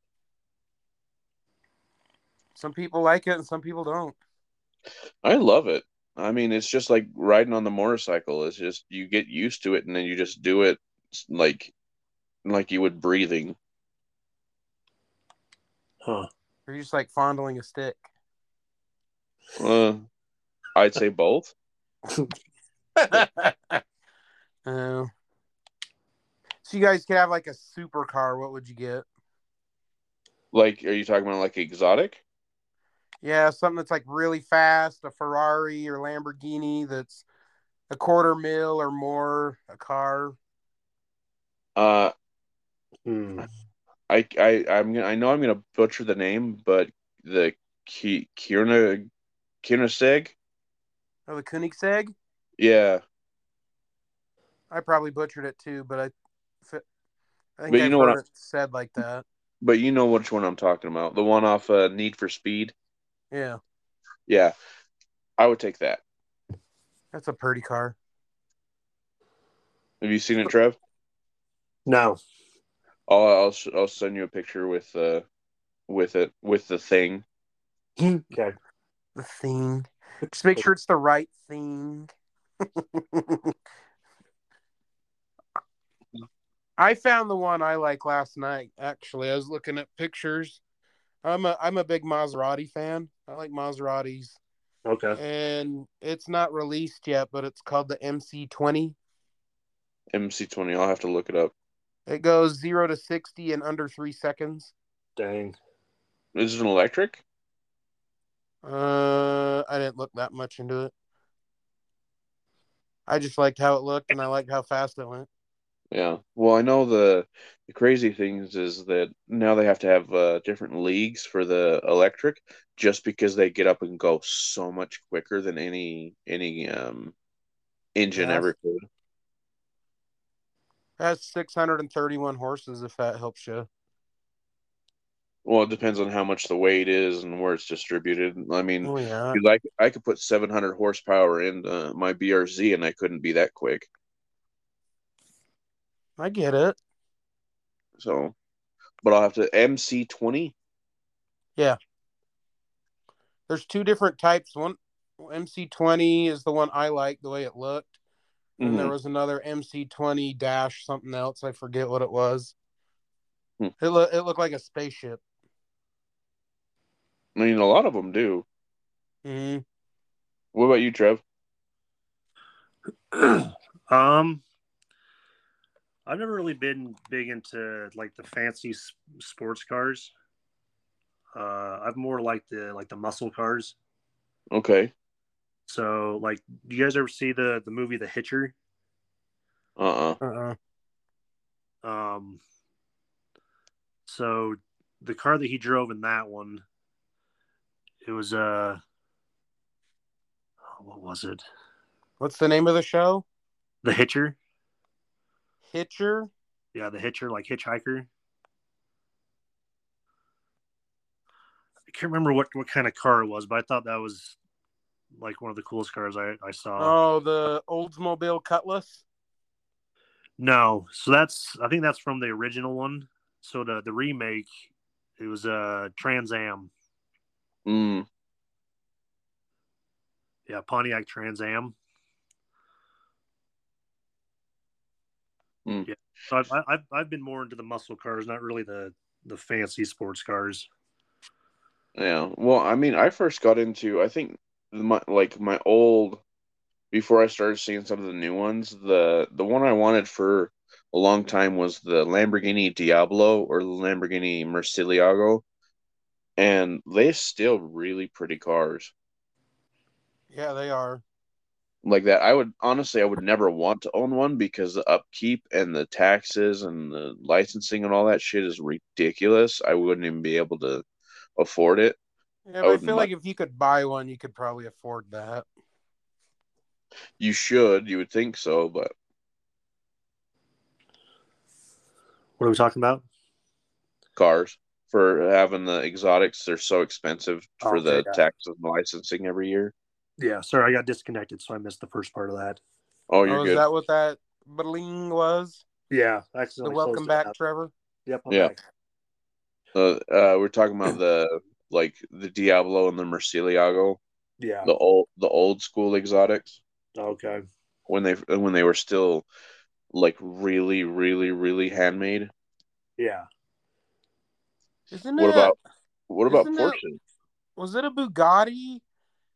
Speaker 3: Some people like it and some people don't.
Speaker 2: I love it. I mean, it's just like riding on the motorcycle. It's just you get used to it, and then you just do it like like you would breathing.
Speaker 1: huh
Speaker 3: You're just like fondling a stick.
Speaker 2: Uh, I'd say both.
Speaker 3: Oh. so you guys could have like a supercar. What would you get?
Speaker 2: Like, are you talking about like exotic?
Speaker 3: Yeah, something that's like really fast, a Ferrari or Lamborghini that's a quarter mil or more, a car.
Speaker 2: Uh,
Speaker 1: Hmm.
Speaker 2: I I I'm gonna, I know I'm gonna butcher the name, but the Ki, Kierna Kierna
Speaker 3: Or Oh, the Koenigsegg?
Speaker 2: yeah.
Speaker 3: I probably butchered it too, but I, fi- I think
Speaker 2: But you
Speaker 3: I've
Speaker 2: know what
Speaker 3: heard
Speaker 2: I-
Speaker 3: it said like that.
Speaker 2: But you know which one I'm talking about, the one off uh, Need for Speed.
Speaker 3: Yeah,
Speaker 2: Yeah, I would take that.
Speaker 3: that's a pretty car.
Speaker 2: Have you seen it, Trev?
Speaker 1: No.
Speaker 2: I'll I'll, s- I'll send you a picture with uh with it with the thing.
Speaker 1: Okay.
Speaker 3: The thing. Just make sure it's the right thing. I found the one I like last night. Actually, I was looking at pictures. I'm a I'm a big Maserati fan. I like Maseratis,
Speaker 1: Okay.
Speaker 3: and it's not released yet, but it's called the MC20.
Speaker 2: MC20. I'll have to look it up.
Speaker 3: It goes zero to sixty in under three seconds.
Speaker 1: Dang.
Speaker 2: Is it an electric?
Speaker 3: Uh, I didn't look that much into it. I just liked how it looked, and I liked how fast it went.
Speaker 2: Yeah. Well, I know the the crazy things is that now they have to have uh, different leagues for the electric, just because they get up and go so much quicker than any any um engine
Speaker 3: Yeah.
Speaker 2: ever could.
Speaker 3: That's six hundred and thirty-one horses, if that helps you.
Speaker 2: Well, it depends on how much the weight is and where it's distributed. I mean,
Speaker 3: Oh yeah.
Speaker 2: Dude, I, I could put 700 horsepower in uh, my BRZ and I couldn't be that quick.
Speaker 3: I get it.
Speaker 2: So, but I'll have to MC20.
Speaker 3: There's two different types. One MC20 is the one I like the way it looked, and
Speaker 2: Mm-hmm.
Speaker 3: there was another MC20 dash something else. I forget what it was.
Speaker 2: Hmm.
Speaker 3: It loo- it looked like a spaceship.
Speaker 2: I mean, a lot of them do.
Speaker 3: hmm
Speaker 2: What about you, Trev?
Speaker 1: um, I've never really been big into like the fancy s- sports cars. Uh, I've more liked the like the muscle cars.
Speaker 2: Okay.
Speaker 1: So, like, do you guys ever see the the movie The Hitcher?
Speaker 2: Uh uh
Speaker 3: Uh-uh.
Speaker 1: Um, so the car that he drove in that one, it was uh, what was it?
Speaker 3: What's the name of the show?
Speaker 1: The Hitcher.
Speaker 3: Hitcher.
Speaker 1: Yeah, the hitcher, like hitchhiker. I can't remember what, what kind of car it was, but I thought that was like one of the coolest cars I, I
Speaker 2: Uh.
Speaker 1: saw.
Speaker 3: Oh, the Oldsmobile Cutlass.
Speaker 1: No, so that's I think that's from the original one. So the the remake, it was a uh, Trans Am,
Speaker 2: Mm.
Speaker 1: yeah, Pontiac Trans Am.
Speaker 2: Hmm.
Speaker 1: Yeah, so I've, I- I've I've been more into the muscle cars, not really the the fancy sports cars.
Speaker 2: Yeah. Well, I mean, I first got into, I think, my, like my old, before I started seeing some of the new ones, the the one I wanted for a long time was the Lamborghini Diablo or the Lamborghini Murcielago, and they're still really pretty cars.
Speaker 3: Yeah, they are.
Speaker 2: like that i would honestly i would never want to own one because the upkeep and the taxes and the licensing and all that shit is ridiculous i wouldn't even be able to afford it
Speaker 3: Yeah, but I
Speaker 2: would
Speaker 3: feel
Speaker 2: mu-
Speaker 3: like if you could buy one, you could probably afford that.
Speaker 2: you should you would think so but
Speaker 1: What are we talking about?
Speaker 2: cars for having the exotics they're so expensive
Speaker 3: Oh,
Speaker 2: for
Speaker 1: Okay,
Speaker 2: the
Speaker 1: yeah.
Speaker 2: taxes and licensing every year
Speaker 1: Yeah, sorry, I got disconnected, so I missed the first part of that.
Speaker 2: oh you're
Speaker 3: Oh, is
Speaker 2: good
Speaker 3: that what that bling was?
Speaker 1: Yeah, I
Speaker 3: The
Speaker 1: accidentally
Speaker 3: welcome
Speaker 1: closed it
Speaker 3: back,
Speaker 1: out.
Speaker 3: Trevor.
Speaker 1: Yep. I'm
Speaker 2: Yeah.
Speaker 1: back.
Speaker 2: uh, uh, we're talking about the like the diablo and the murcielago
Speaker 1: Yeah.
Speaker 2: the old the old school exotics
Speaker 1: Okay.
Speaker 2: when they when they were still like really really really handmade
Speaker 1: Yeah.
Speaker 3: Isn't it?
Speaker 2: What about what about
Speaker 3: Isn't that-
Speaker 2: Porsche?
Speaker 3: was it a Bugatti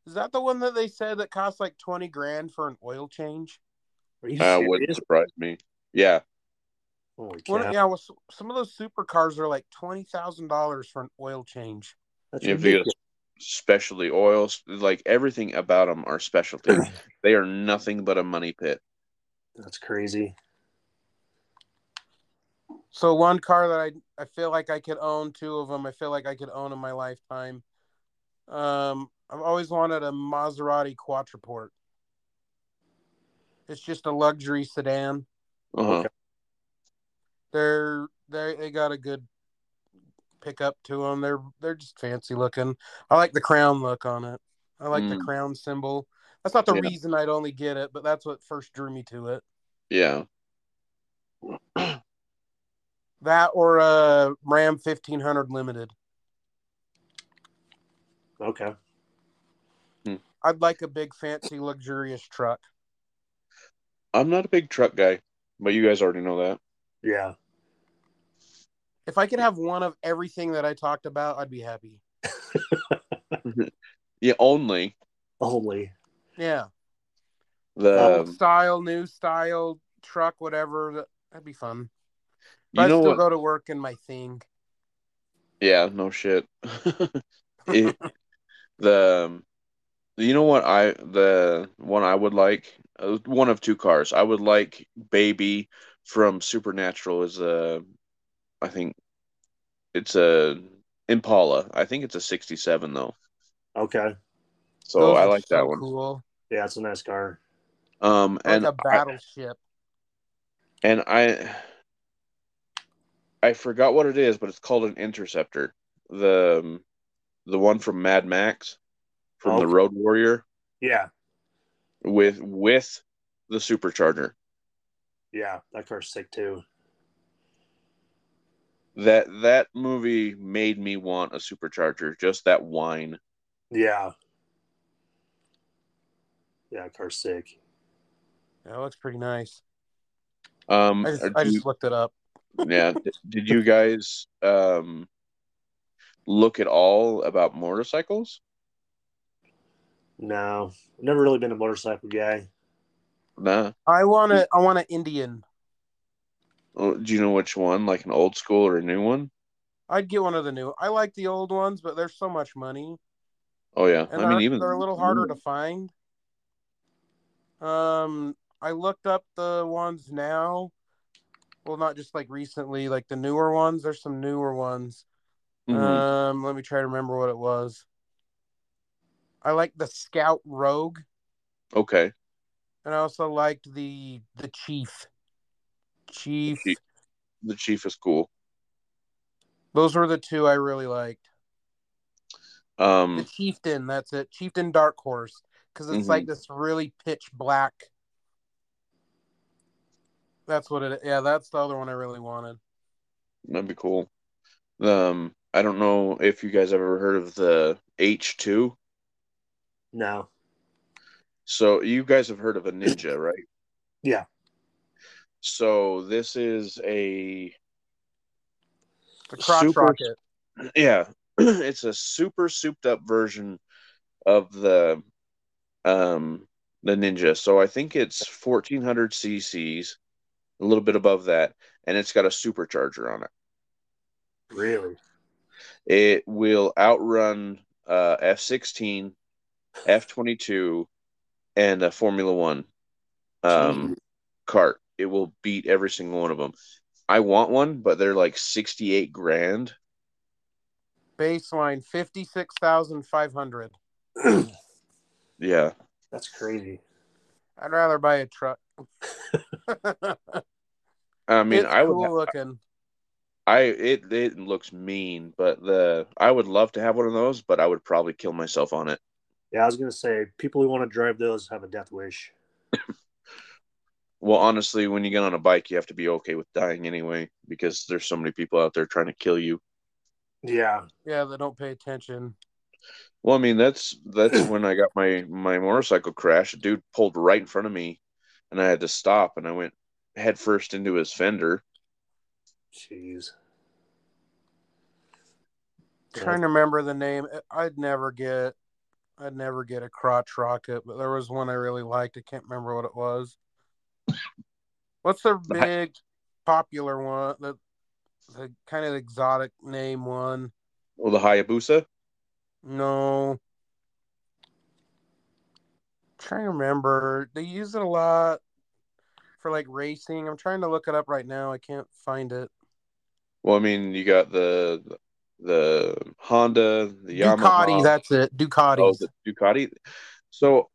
Speaker 3: Is that the one that they said that costs like twenty grand for an oil change?
Speaker 1: Are you
Speaker 2: Uh,
Speaker 1: serious?
Speaker 2: wouldn't surprise me. Yeah,
Speaker 1: Holy
Speaker 3: Well,
Speaker 1: cow.
Speaker 3: yeah, well, s- some of those supercars are like twenty thousand dollars for an oil change.
Speaker 1: That's
Speaker 2: if you
Speaker 1: ridiculous.
Speaker 2: get specialty oils, like everything about them are specialty. they are nothing but a money pit.
Speaker 1: That's crazy.
Speaker 3: So one car that I I feel like I could own two of them. I feel like I could own in my lifetime. Um, I've always wanted a Maserati Quattraport. It's just a luxury sedan.
Speaker 2: Uh-huh.
Speaker 1: Okay.
Speaker 3: They're they they got a good pickup to them. They're they're just fancy looking. I like the crown look on it. I like the
Speaker 2: Mm.
Speaker 3: crown symbol. That's not the
Speaker 2: Yeah.
Speaker 3: reason I'd only get it, but that's what first drew me to it.
Speaker 2: Yeah.
Speaker 3: That or a Ram fifteen hundred Limited.
Speaker 1: Okay.
Speaker 3: I'd like a big fancy luxurious truck.
Speaker 2: I'm not a big truck guy, but you guys already know that.
Speaker 1: Yeah.
Speaker 3: If I could have one of everything that I talked about, I'd be happy.
Speaker 2: Yeah, only
Speaker 1: Only.
Speaker 3: Yeah.
Speaker 2: the
Speaker 3: Old style, new style, truck, whatever. that- That'd be fun. But
Speaker 2: you
Speaker 3: I'd
Speaker 2: know
Speaker 3: still
Speaker 2: what?
Speaker 3: go to work in my thing.
Speaker 2: Yeah, no shit. It- the um, you know what I the one I would like uh, one of two cars I would like Baby from Supernatural is a I think it's a Impala I think it's a '67 though
Speaker 1: Okay.
Speaker 2: so
Speaker 3: Those
Speaker 2: Oh, I
Speaker 3: are
Speaker 2: like
Speaker 3: so
Speaker 2: that one
Speaker 3: Cool.
Speaker 1: Yeah, it's a nice car.
Speaker 2: um
Speaker 3: Like
Speaker 2: and
Speaker 3: a
Speaker 2: I-
Speaker 3: battleship.
Speaker 2: and I I forgot what it is, but it's called an interceptor. The um, the one from Mad Max from the
Speaker 1: Okay.
Speaker 2: Road Warrior
Speaker 1: Yeah.
Speaker 2: with with the supercharger.
Speaker 1: Yeah. That car's sick too.
Speaker 2: That that movie made me want a supercharger, just that whine.
Speaker 1: Yeah. Yeah, that car's sick.
Speaker 3: That looks pretty nice.
Speaker 2: Um
Speaker 3: I just,
Speaker 2: are
Speaker 3: I
Speaker 2: you-
Speaker 3: just looked it up.
Speaker 2: yeah, d- did you guys um look at all about motorcycles?
Speaker 1: No. Never really been a motorcycle guy.
Speaker 2: Nah.
Speaker 3: I want to. I want an Indian.
Speaker 2: Oh, Do you know which one? Like an old school or a new one?
Speaker 3: I'd get one of the new. I like the old ones, but there's so much money,
Speaker 2: Oh yeah.
Speaker 3: and
Speaker 2: I mean
Speaker 3: they're,
Speaker 2: even
Speaker 3: they're a little harder to find. Um, I looked up the ones now. Well, not just like recently, like the newer ones. There's some newer ones.
Speaker 2: Mhm.
Speaker 3: Um, let me try to remember what it was. I liked the Scout Rogue,
Speaker 2: okay.
Speaker 3: and I also liked the the Chief. Chief.
Speaker 2: Chief. The chief is cool.
Speaker 3: Those were the two I really liked.
Speaker 2: Um
Speaker 3: The
Speaker 2: Mm.
Speaker 3: Chieftain, that's it. Chieftain Dark Horse. Because it's
Speaker 2: Mm-hmm.
Speaker 3: like this really pitch black. That's what it yeah, that's the other one I really wanted.
Speaker 2: That'd be cool. Um, I don't know if you guys have ever heard of the H2.
Speaker 1: No.
Speaker 2: So you guys have heard of a Ninja, right?
Speaker 1: Yeah.
Speaker 2: So this is a
Speaker 3: The crotch
Speaker 2: Super-
Speaker 3: rocket.
Speaker 2: yeah, it's a super souped up version of the um the Ninja. So I think it's 1400 cc's, a little bit above that, and it's got a supercharger on it.
Speaker 1: Really?
Speaker 2: It will outrun uh, F16, F22, and a Formula One um, cart. It will beat every single one of them. I want one, but they're like 68 grand.
Speaker 3: Baseline fifty six thousand five hundred.
Speaker 2: Yeah.
Speaker 1: That's crazy.
Speaker 3: I'd rather buy a truck.
Speaker 2: I mean,
Speaker 3: it's
Speaker 2: I would,
Speaker 3: cool looking.
Speaker 2: I, it, it looks mean, but the, I would love to have one of those, but I would probably kill myself on it.
Speaker 1: Yeah, I was gonna say people who want to drive those have a death wish.
Speaker 2: Well, honestly, when you get on a bike, you have to be okay with dying anyway, because there's so many people out there trying to kill you.
Speaker 1: Yeah.
Speaker 3: Yeah, they don't pay attention.
Speaker 2: Well, I mean, that's that's when I got my my motorcycle crash. A dude pulled right in front of me, and I had to stop, and I went head first into his fender.
Speaker 1: Jeez.
Speaker 3: trying to remember the name. I'd never eh, get I'd never get a crotch rocket, but there was one I really liked. I can't remember what it was. What's their big popular one? The, the kind of exotic name one.
Speaker 2: Well, the Hayabusa.
Speaker 3: No. trying to remember. They use it a lot for like racing. I'm trying to look it up right now. I can't find it.
Speaker 2: Well, I mean, you got the the Honda, the
Speaker 3: Ducati,
Speaker 2: Yamaha.
Speaker 3: that's it. Ducati.
Speaker 2: Oh, the Ducati. So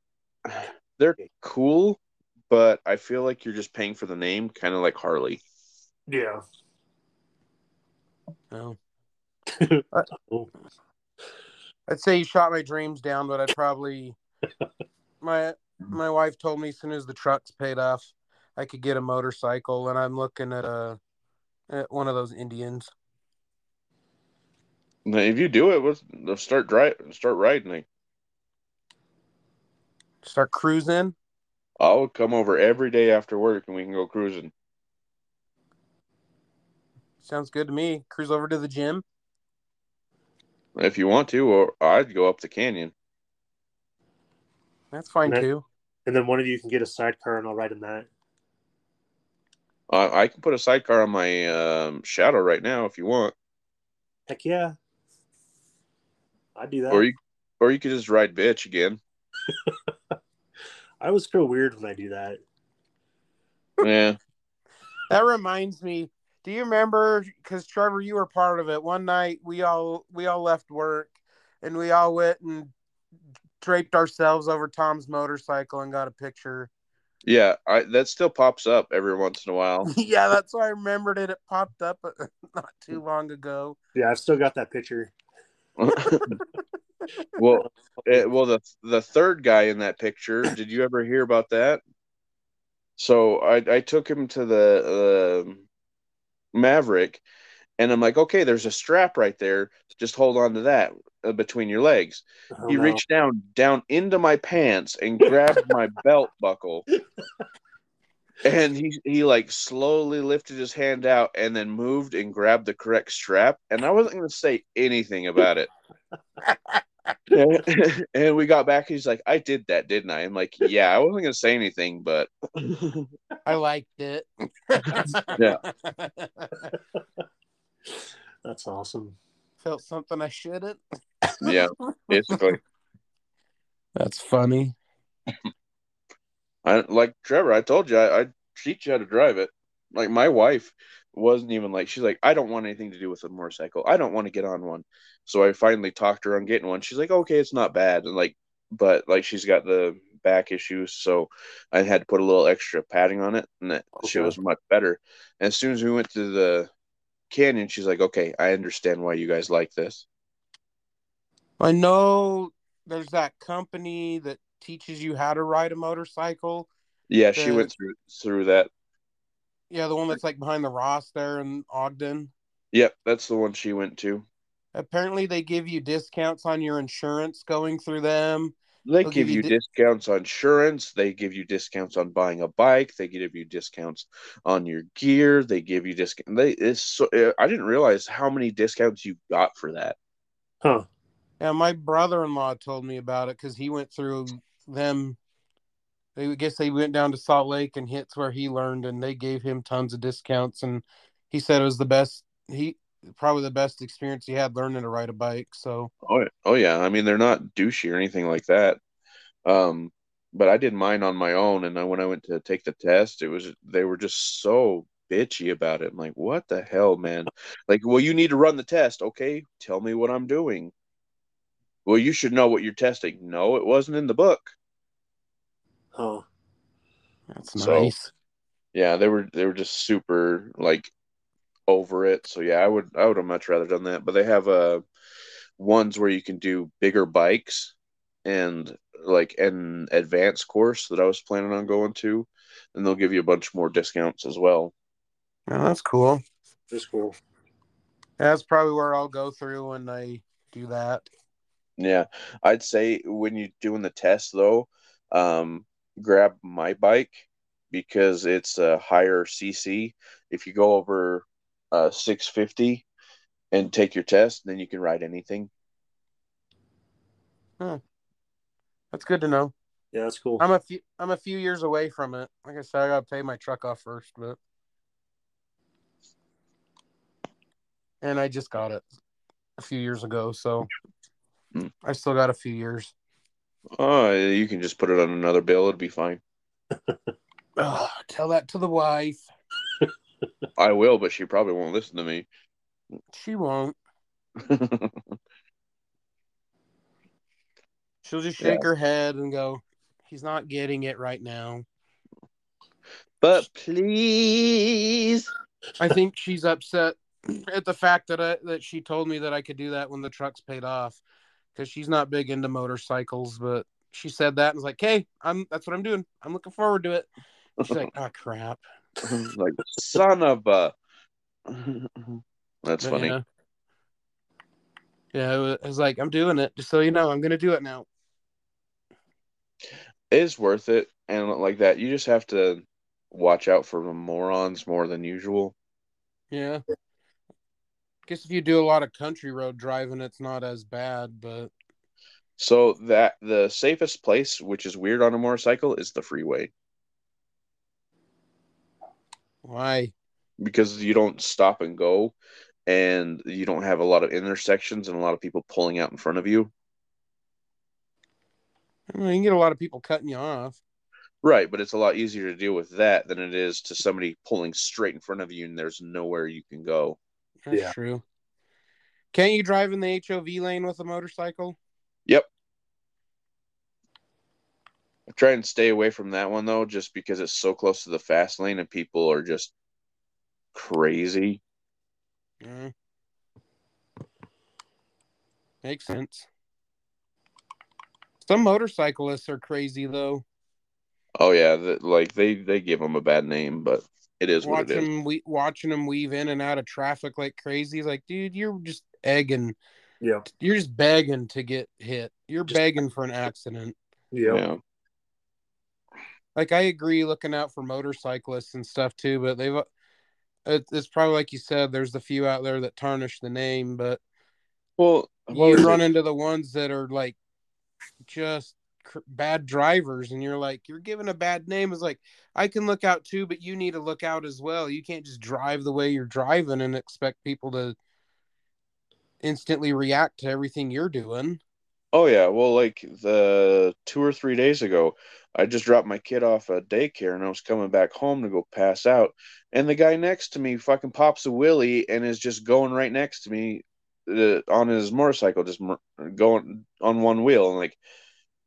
Speaker 2: they're cool, but I feel like you're just paying for the name, kind of like Harley.
Speaker 1: Yeah.
Speaker 3: No.
Speaker 1: Oh.
Speaker 3: I'd say you shot my dreams down, but I'd probably my my wife told me as soon as the truck's paid off, I could get a motorcycle, and I'm looking at a at one of those Indians.
Speaker 2: Now, if you do it, let's, let's start drive, start riding. Like,
Speaker 3: Start cruising.
Speaker 2: I'll come over every day after work, and we can go cruising.
Speaker 3: Sounds good to me. Cruise over to the gym.
Speaker 2: If you want to, or I'd go up the canyon.
Speaker 3: That's fine
Speaker 1: Okay.
Speaker 3: too.
Speaker 1: And then one of you can get a sidecar and I'll ride in that.
Speaker 2: I, I can put a sidecar on my um, shadow right now if you want,
Speaker 1: Heck yeah. I'd do that.
Speaker 2: or you, or you could just ride bitch again.
Speaker 1: I always feel weird when I do that.
Speaker 2: yeah,
Speaker 3: That reminds me. Do you remember? Because Trevor, you were part of it. One night we all we all left work, and we all went and draped ourselves over Tom's motorcycle and got a picture.
Speaker 2: yeah. I that still pops up every once in a while.
Speaker 3: yeah, that's why I remembered it. It popped up uh, not too long ago.
Speaker 1: Yeah, I've still got that picture.
Speaker 2: well, Eh, well, the the third guy in that picture. Did you ever hear about that? So I I took him to the um Maverick, and I'm like, okay, there's a strap right there. Just hold on to that uh, between your legs.
Speaker 1: Oh,
Speaker 2: he
Speaker 1: no.
Speaker 2: reached down down into my pants and grabbed my belt buckle. And he, he like slowly lifted his hand out and then moved and grabbed the correct strap. And I wasn't going to say anything about it. and we got back. He's like, I did that, didn't I? I'm like, yeah, I wasn't going to say anything, but
Speaker 3: I liked it.
Speaker 2: Yeah.
Speaker 1: That's awesome.
Speaker 3: Felt something I shouldn't.
Speaker 2: yeah, basically.
Speaker 3: That's funny.
Speaker 2: I like Trevor. I told you I, I teach you how to drive it. Like my wife wasn't even like she's like I don't want anything to do with a motorcycle. I don't want to get on one. So I finally talked her on getting one. She's like, okay, it's not bad. And like, but like she's got the back issues, so I had to put a little extra padding on it, and that shit
Speaker 1: Okay.
Speaker 2: was much better. And as soon as we went to the canyon, she's like, okay, I understand why you guys like this.
Speaker 3: I know there's that company that teaches you how to ride a motorcycle.
Speaker 2: Yeah, she
Speaker 3: Good.
Speaker 2: went through through that.
Speaker 3: Yeah, the one that's like behind the Ross there in Ogden.
Speaker 2: Yep, that's the one she went to.
Speaker 3: Apparently, they give you discounts on your insurance going through them.
Speaker 2: They
Speaker 3: They'll
Speaker 2: give
Speaker 3: give you
Speaker 2: you
Speaker 3: di-
Speaker 2: discounts on insurance. They give you discounts on buying a bike. They give you discounts on your gear. They give you discount. They it's so uh, I didn't realize how many discounts you got for that.
Speaker 1: Huh.
Speaker 3: Yeah, my brother in law told me about it because he went through them. They I guess they went down to Salt Lake and hits where he learned, and they gave him tons of discounts. And he said it was the best. He probably the best experience he had learning to ride a bike. So
Speaker 2: Oh, yeah- oh yeah. I mean, they're not douchey or anything like that. Um, but I did mine on my own, and I, when I went to take the test, it was they were just so bitchy about it. I'm like, what the hell, man? Like, well, you need to run the test. Okay, tell me what I'm doing. Well, you should know what you're testing. No, it wasn't in the book.
Speaker 1: Huh.
Speaker 3: that's
Speaker 2: So-
Speaker 3: nice.
Speaker 2: Yeah, they were they were just super like over it. So yeah, I would I would have much rather done that. But they have uh ones where you can do bigger bikes and like an advanced course that I was planning on going to, and they'll give you a bunch more discounts as well.
Speaker 3: Yeah, that's cool.
Speaker 1: That's cool.
Speaker 3: That's probably where I'll go through when I do that.
Speaker 2: Yeah, I'd say when you're doing the test though, um, grab my bike because it's a higher CC. If you go over uh, 650 and take your test, then you can ride anything.
Speaker 3: That's good to know.
Speaker 1: Yeah, that's cool.
Speaker 3: I'm a few I'm a few years away from it. Like I said, I gotta pay my truck off first, but and I just got it a few years ago, so
Speaker 2: Hmm.
Speaker 3: I still got a few years.
Speaker 2: Oh, you can just put it on another bill. It'd be fine.
Speaker 3: Ugh, tell that to the wife.
Speaker 2: I will, but she probably won't listen to me.
Speaker 3: She won't. She'll just shake her head and go, "He's not getting it right now."
Speaker 2: but please.
Speaker 3: I think she's upset at the fact that I, that she told me that I could do that when the truck's paid off because she's not big into motorcycles, but she said that and was like, "Hey, I'm that's what I'm doing. I'm looking forward to it." She's like, "Oh crap."
Speaker 2: like, son of a. That's
Speaker 3: But,
Speaker 2: funny.
Speaker 3: Yeah, yeah it was, it was like, "I'm doing it. Just so you know, I'm gonna do it now."
Speaker 2: It's worth it. And like that, you just have to watch out for the morons more than usual.
Speaker 3: Yeah. Guess if you do a lot of country road driving, it's not as bad, but
Speaker 2: So that the safest place, which is weird on a motorcycle, is the freeway
Speaker 3: why?
Speaker 2: because you don't stop and go, and you don't have a lot of intersections and a lot of people pulling out in front of you.
Speaker 3: I mean, you can get a lot of people cutting you off.
Speaker 2: Right, but it's a lot easier to deal with that than it is to somebody pulling straight in front of you and there's nowhere you can go.
Speaker 3: That's
Speaker 1: Yeah.
Speaker 3: true. Can't you drive in the HOV lane with a motorcycle?
Speaker 2: I try and stay away from that one though, just because it's so close to the fast lane and people are just crazy.
Speaker 3: Yeah. Makes sense. Some motorcyclists are crazy though.
Speaker 2: Oh yeah, the, like they they give them a bad name, but it is what
Speaker 3: Watching
Speaker 2: it is.
Speaker 3: them, we- watching them weave in and out of traffic like crazy. Like, dude, you're just egging.
Speaker 1: Yeah.
Speaker 3: You're just begging to get hit. You're
Speaker 1: Just-
Speaker 3: begging for an accident.
Speaker 1: Yeah.
Speaker 2: Yeah,
Speaker 3: Like, I agree looking out for motorcyclists and stuff too, but they've uh, it- it's probably like you said. There's the few out there that tarnish the name, but
Speaker 2: well,
Speaker 3: you
Speaker 2: what was
Speaker 3: run
Speaker 2: it?
Speaker 3: into the ones that are like just cr- bad drivers and you're like you're giving a bad name is like i can look out too but you need to look out as well you can't just drive the way you're driving and expect people to instantly react to everything you're doing
Speaker 2: Oh yeah, well, like the two or three days ago, I just dropped my kid off at daycare and I was coming back home to go pass out, and the guy next to me fucking pops a wheelie and is just going right next to me uh, on his motorcycle, just mer- going on one wheel. And like,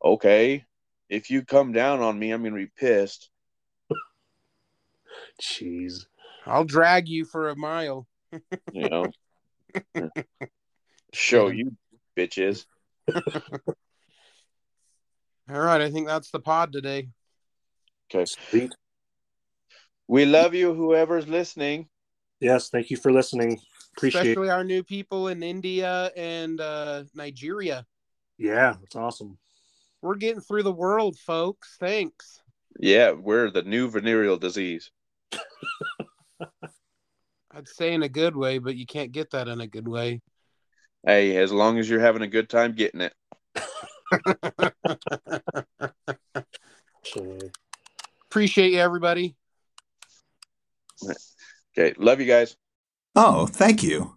Speaker 2: okay, if you come down on me, I'm gonna be pissed.
Speaker 1: Jeez.
Speaker 3: i'll drag you for a mile
Speaker 2: You know, show
Speaker 3: kidding.
Speaker 2: you bitches.
Speaker 3: all right i think that's the pod today
Speaker 2: Okay,
Speaker 1: Sweet.
Speaker 2: we love you, whoever's listening.
Speaker 1: Yes. Thank you for listening. Appreciate it.
Speaker 3: especially our new people in india and uh, nigeria
Speaker 1: Yeah. That's awesome.
Speaker 3: we're getting through the world folks thanks
Speaker 2: Yeah, we're the new venereal disease.
Speaker 3: i'd say in a good way but you can't get that in a good way
Speaker 2: Hey, as long as you're having a good time getting it.
Speaker 1: So,
Speaker 3: appreciate you everybody
Speaker 2: Okay. Love you guys.
Speaker 4: Oh, thank you.